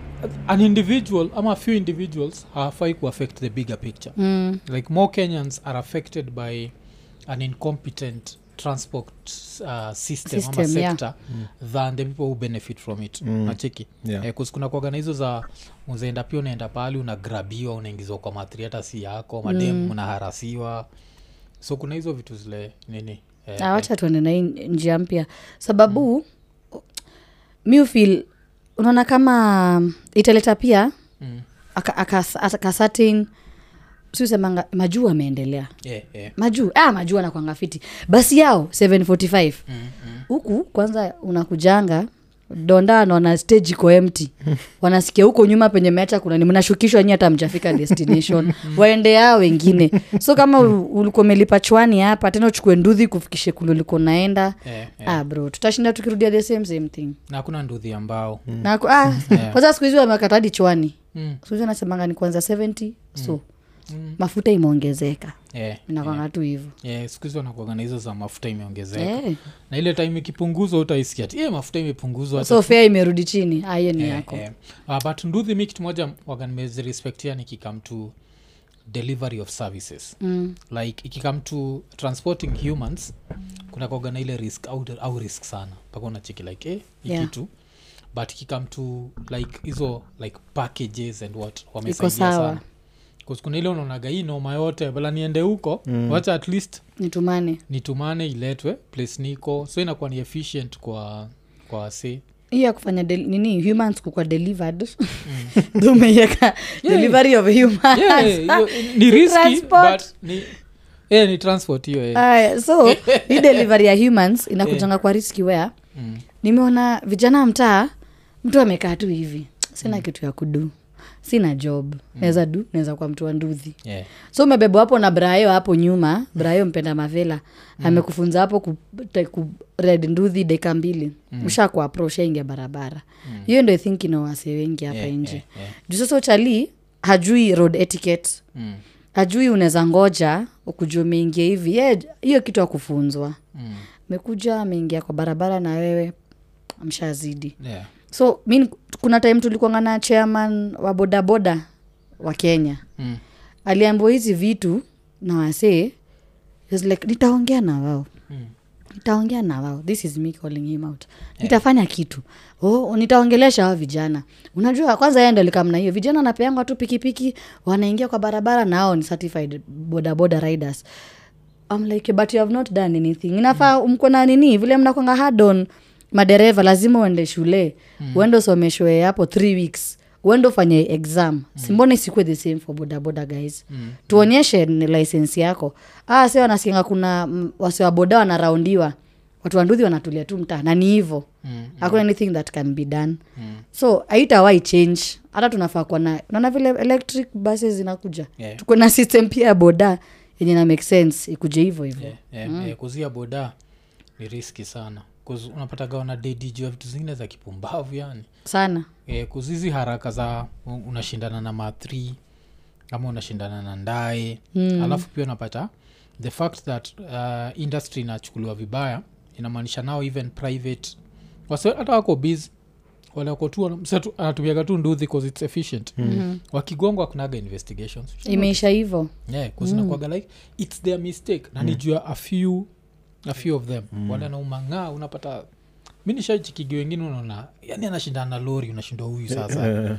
an individual ama a few individuals hawafai kuaffect the bigger picture mm. like more kenyans are affected by an incompetent transport uh, system, ama System, yeah. sector Mm. than the people who benefit from it mm. nacheki Yeah. eh, 'cause kuna kuaga na hizo za uzaenda pia unaenda pahali unagrabiwa unaingizwa kwa matri hata si yako mademu mm. unaharasiwa so kuna hizo vitu zile nini eh, Ah, wacha tuende na hii njia mpya sababu mi ufil unaona kama italeta pia mm. aka- aka- aka certain siusemanga majuu ameendelea yeah, yeah. majuu ah, majuu anakwanga fiti basi yao 745 Mm, mm. huku kwanza unakujanga donda anaona stage iko empty wanasikia huko nyuma penye meacha kuna ni mnashukishwa nyi hata mjafika destination waende yao wengine so kama u- ulikuwa umelipa chwani hapa tena uchukue ndudhi kufikishe kule ulikuwa unaenda eh, eh. ah, bro tutashinda tukirudia the same same thing na hakuna ndudhi ambao mm. na ku- ah, kwanza siku hizi wamekata hadi chwani Mm. siku hizi wanasemanga ni kwanza 70 so mafuta imeongezeka Eh, inakwanga tu hivo eh, siku hizi wanakuaga na hizo za mafuta imeongezeka Eh. na ile time ikipunguzwa utaisikia ti eh, mafuta imepunguzwa so fea imerudi chini Ah, hiyo ni yako Eh, eh. Uh, but nduthi mi kitu moja waga nimezirespectia nikikam to delivery of services mm. like ikikam to transporting humans kuna kwaga na ile risk au, au risk sana mpaka unacheki like eh, Yeah. ikitu but ikikam to like hizo like packages and what Iko wamesaidia sawa. sana 'Cause kuna ile unaonaga hii noma yote bala niende huko mm. wacha at least nitumane nitumane iletwe place niko so inakuwa ni efficient kwa kwa wasi hii ya kufanya del- nini humans kukwa delivered Mm. Ndio umeiweka delivery of humans Yeah, yeah, hiyo- ni risky Transport. Uh, but ni yeah, ni transport hiyo eh. yeah. Aya, so hii delivery ya humans inakujanga kwa riski wea Eh. Mm. nimeona vijana wa mtaa mtu amekaa tu hivi sina Mm. kitu ya kudu sina job naweza du naweza kuwa mtu wa nduthi Yeah. so umebebwa hapo na brayo hapo nyuma brayo mpenda mavela Mm. amekufunza hapo ku, te- ku red nduthi dakika mbili mm. ushaku approach aingia barabara hiyo ndio i think ina wasee wengi hapa Mm. Yeah, nje yeah, yeah. juu sasa utalii hajui road etiquette Mm. hajui unaweza ngoja ukujua umeingia hivi Yeye j- hiyo kitu akufunzwa Mm. amekuja ameingia kwa barabara na wewe amshazidi Yeah. so mi ni- kuna time tulikuanga na chairman wa bodaboda wa kenya Mm. aliambiwa hizi vitu na wasee he was like nitaongea na wao Mm. nitaongea na wao this is me calling him out nitafanya kitu oh, nitaongelesha hao vijana unajua kwanza yeye ndo alikamna hiyo vijana wanapeangwa tu pikipiki wanaingia kwa barabara na hao ni certified bodaboda riders I'm like, but you have not done anything inafaa mko na nini vile mnakwanga hard on madereva lazima uende shule mm. uende usomeshwe hapo three weeks uende ufanye exam mm. simbona isikuwe the same for bodaboda guys mm. tuonyeshe ni lisensi yako ah, si wanasikinga kuna mm, wasi wa boda wanaraundiwa watu wanduthi wanatulia tu mtaa na ni hivo Mm. hakuna anything that can be done so aitawai change hata tunafaa kuwa na unaona vile electric buses zinakuja Yeah. tuko na system pia ya boda yenye na make sense ikuje hivyo hivyo Yeah. Yeah. Mm. Yeah. kuzia boda ni riski sana 'Cause unapataga wana dedi juu ya vitu zingine za kipumbavu yani sana e, kuzizi haraka za u- unashindana na math ama unashindana na ndae mm. alafu pia unapata the fact that uh, industry inachukuliwa vibaya inamaanisha nao even private wase hata wako busy wale wako tu wana- mse tu- anatumiaga tu nduthi cause its efficient mm. wakigongwa kunaga investigations imeisha hivyo yeah, cause inakuwaga Mm. like its their mistake na nijua a few a few of them mm. wale naumang'aa unapata mi nishaichikigi wengine unaona yani anashindana na lori unashindwa huyu sasa Eh,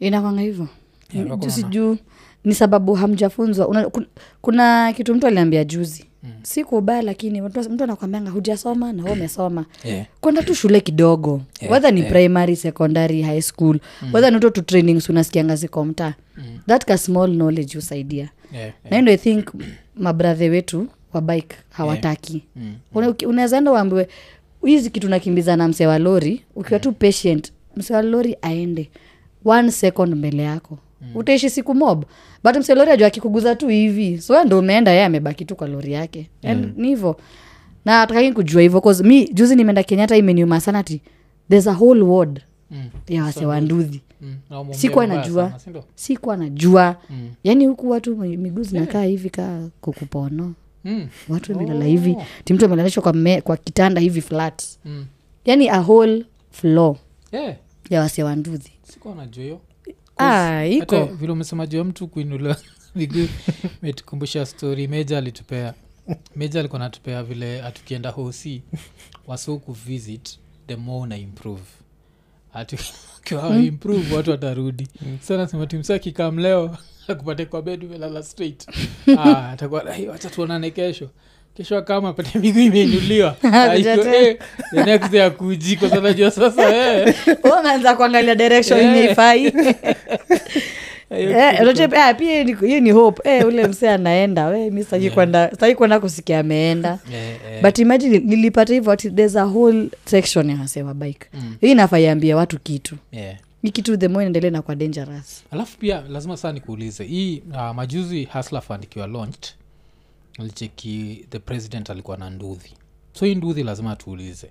inakwanga hivyo Yeah, wako Ju- wana- sijuu ni sababu hamjafunzwa Una- kun- kuna kitu mtu aliambia juzi si kwa ubaya lakini watu- mtu anakwambianga hujasoma na we umesoma Yeah. kwenda tu shule kidogo yeah, whether ni yeah. primary secondary high school mm. whether nito tu trainings unasikianga ziko mtaa mm. that ka small knowledge husaidia Yeah, yeah. naindo i think mabrathe wetu wa bike hawataki yeah. mm. unaweza enda uambiwe hizi kitu nakimbiza na mse wa lori ukiwa tu patient mse wa lori aende one second mbele yako mm. utaishi siku mob but mse wa lori ajua akikuguza tu hivi so wewe ndo umeenda yeye amebaki tu kwa lori yake mm. ni hivo na atakaki kujua hivo 'cause mi juzi nimeenda kenyatta imeniuma sana ti there's a whole ward Mm. ya wasewanduthi Mm, na wameongea Sikuwa vibaya najua. sana, si ndio? sikuwa najua Mm. yaani huku watu mi- miguu zinakaa hivi kaa kukupono Mm, watu wamelala hivi ti mtu amelalishwa kwa, me- kwa kitanda hivi flat mm. yaani a whole floor Yeah, ya wase wa nduthi sikuwa najua hiyo Ah, hata iko vile umesema juu ya mtu kuinuliwa miguu imetukumbusha story meja alitupea meja alikuwa natupea vile atukienda hosi waso kuvisit the more una improve Ati ukiwa Hmm. improve watu watarudi so nasema timsa kikam leo akupate kwa bed umelala straight ah, atakuwa "Ai, wacha tuonane kesho kesho kama pate miguu imeinuliwa Aiko, eh, the next day akuji kwa sababu najua sasa eh. unaanza kuangalia direction Yeah. yenye ifai Eh, unajua, ah, pia ni- hiyo ni hope eh, ule msee anaenda we mi sitaki kwenda sitaki kwenda kusikia ameenda Eh, eh. but imagine nilipata hivyo ati there's a whole section ya hasewa bike mm. hii inafaiambia watu kitu Hmm, Yeah. ni kitu the more inaendelea na kwa dangerous alafu pia lazima saa nikuulize hii uh, majuzi hasla fund ikiwa launched licheki the president alikuwa na nduthi so hii nduthi lazima tuulize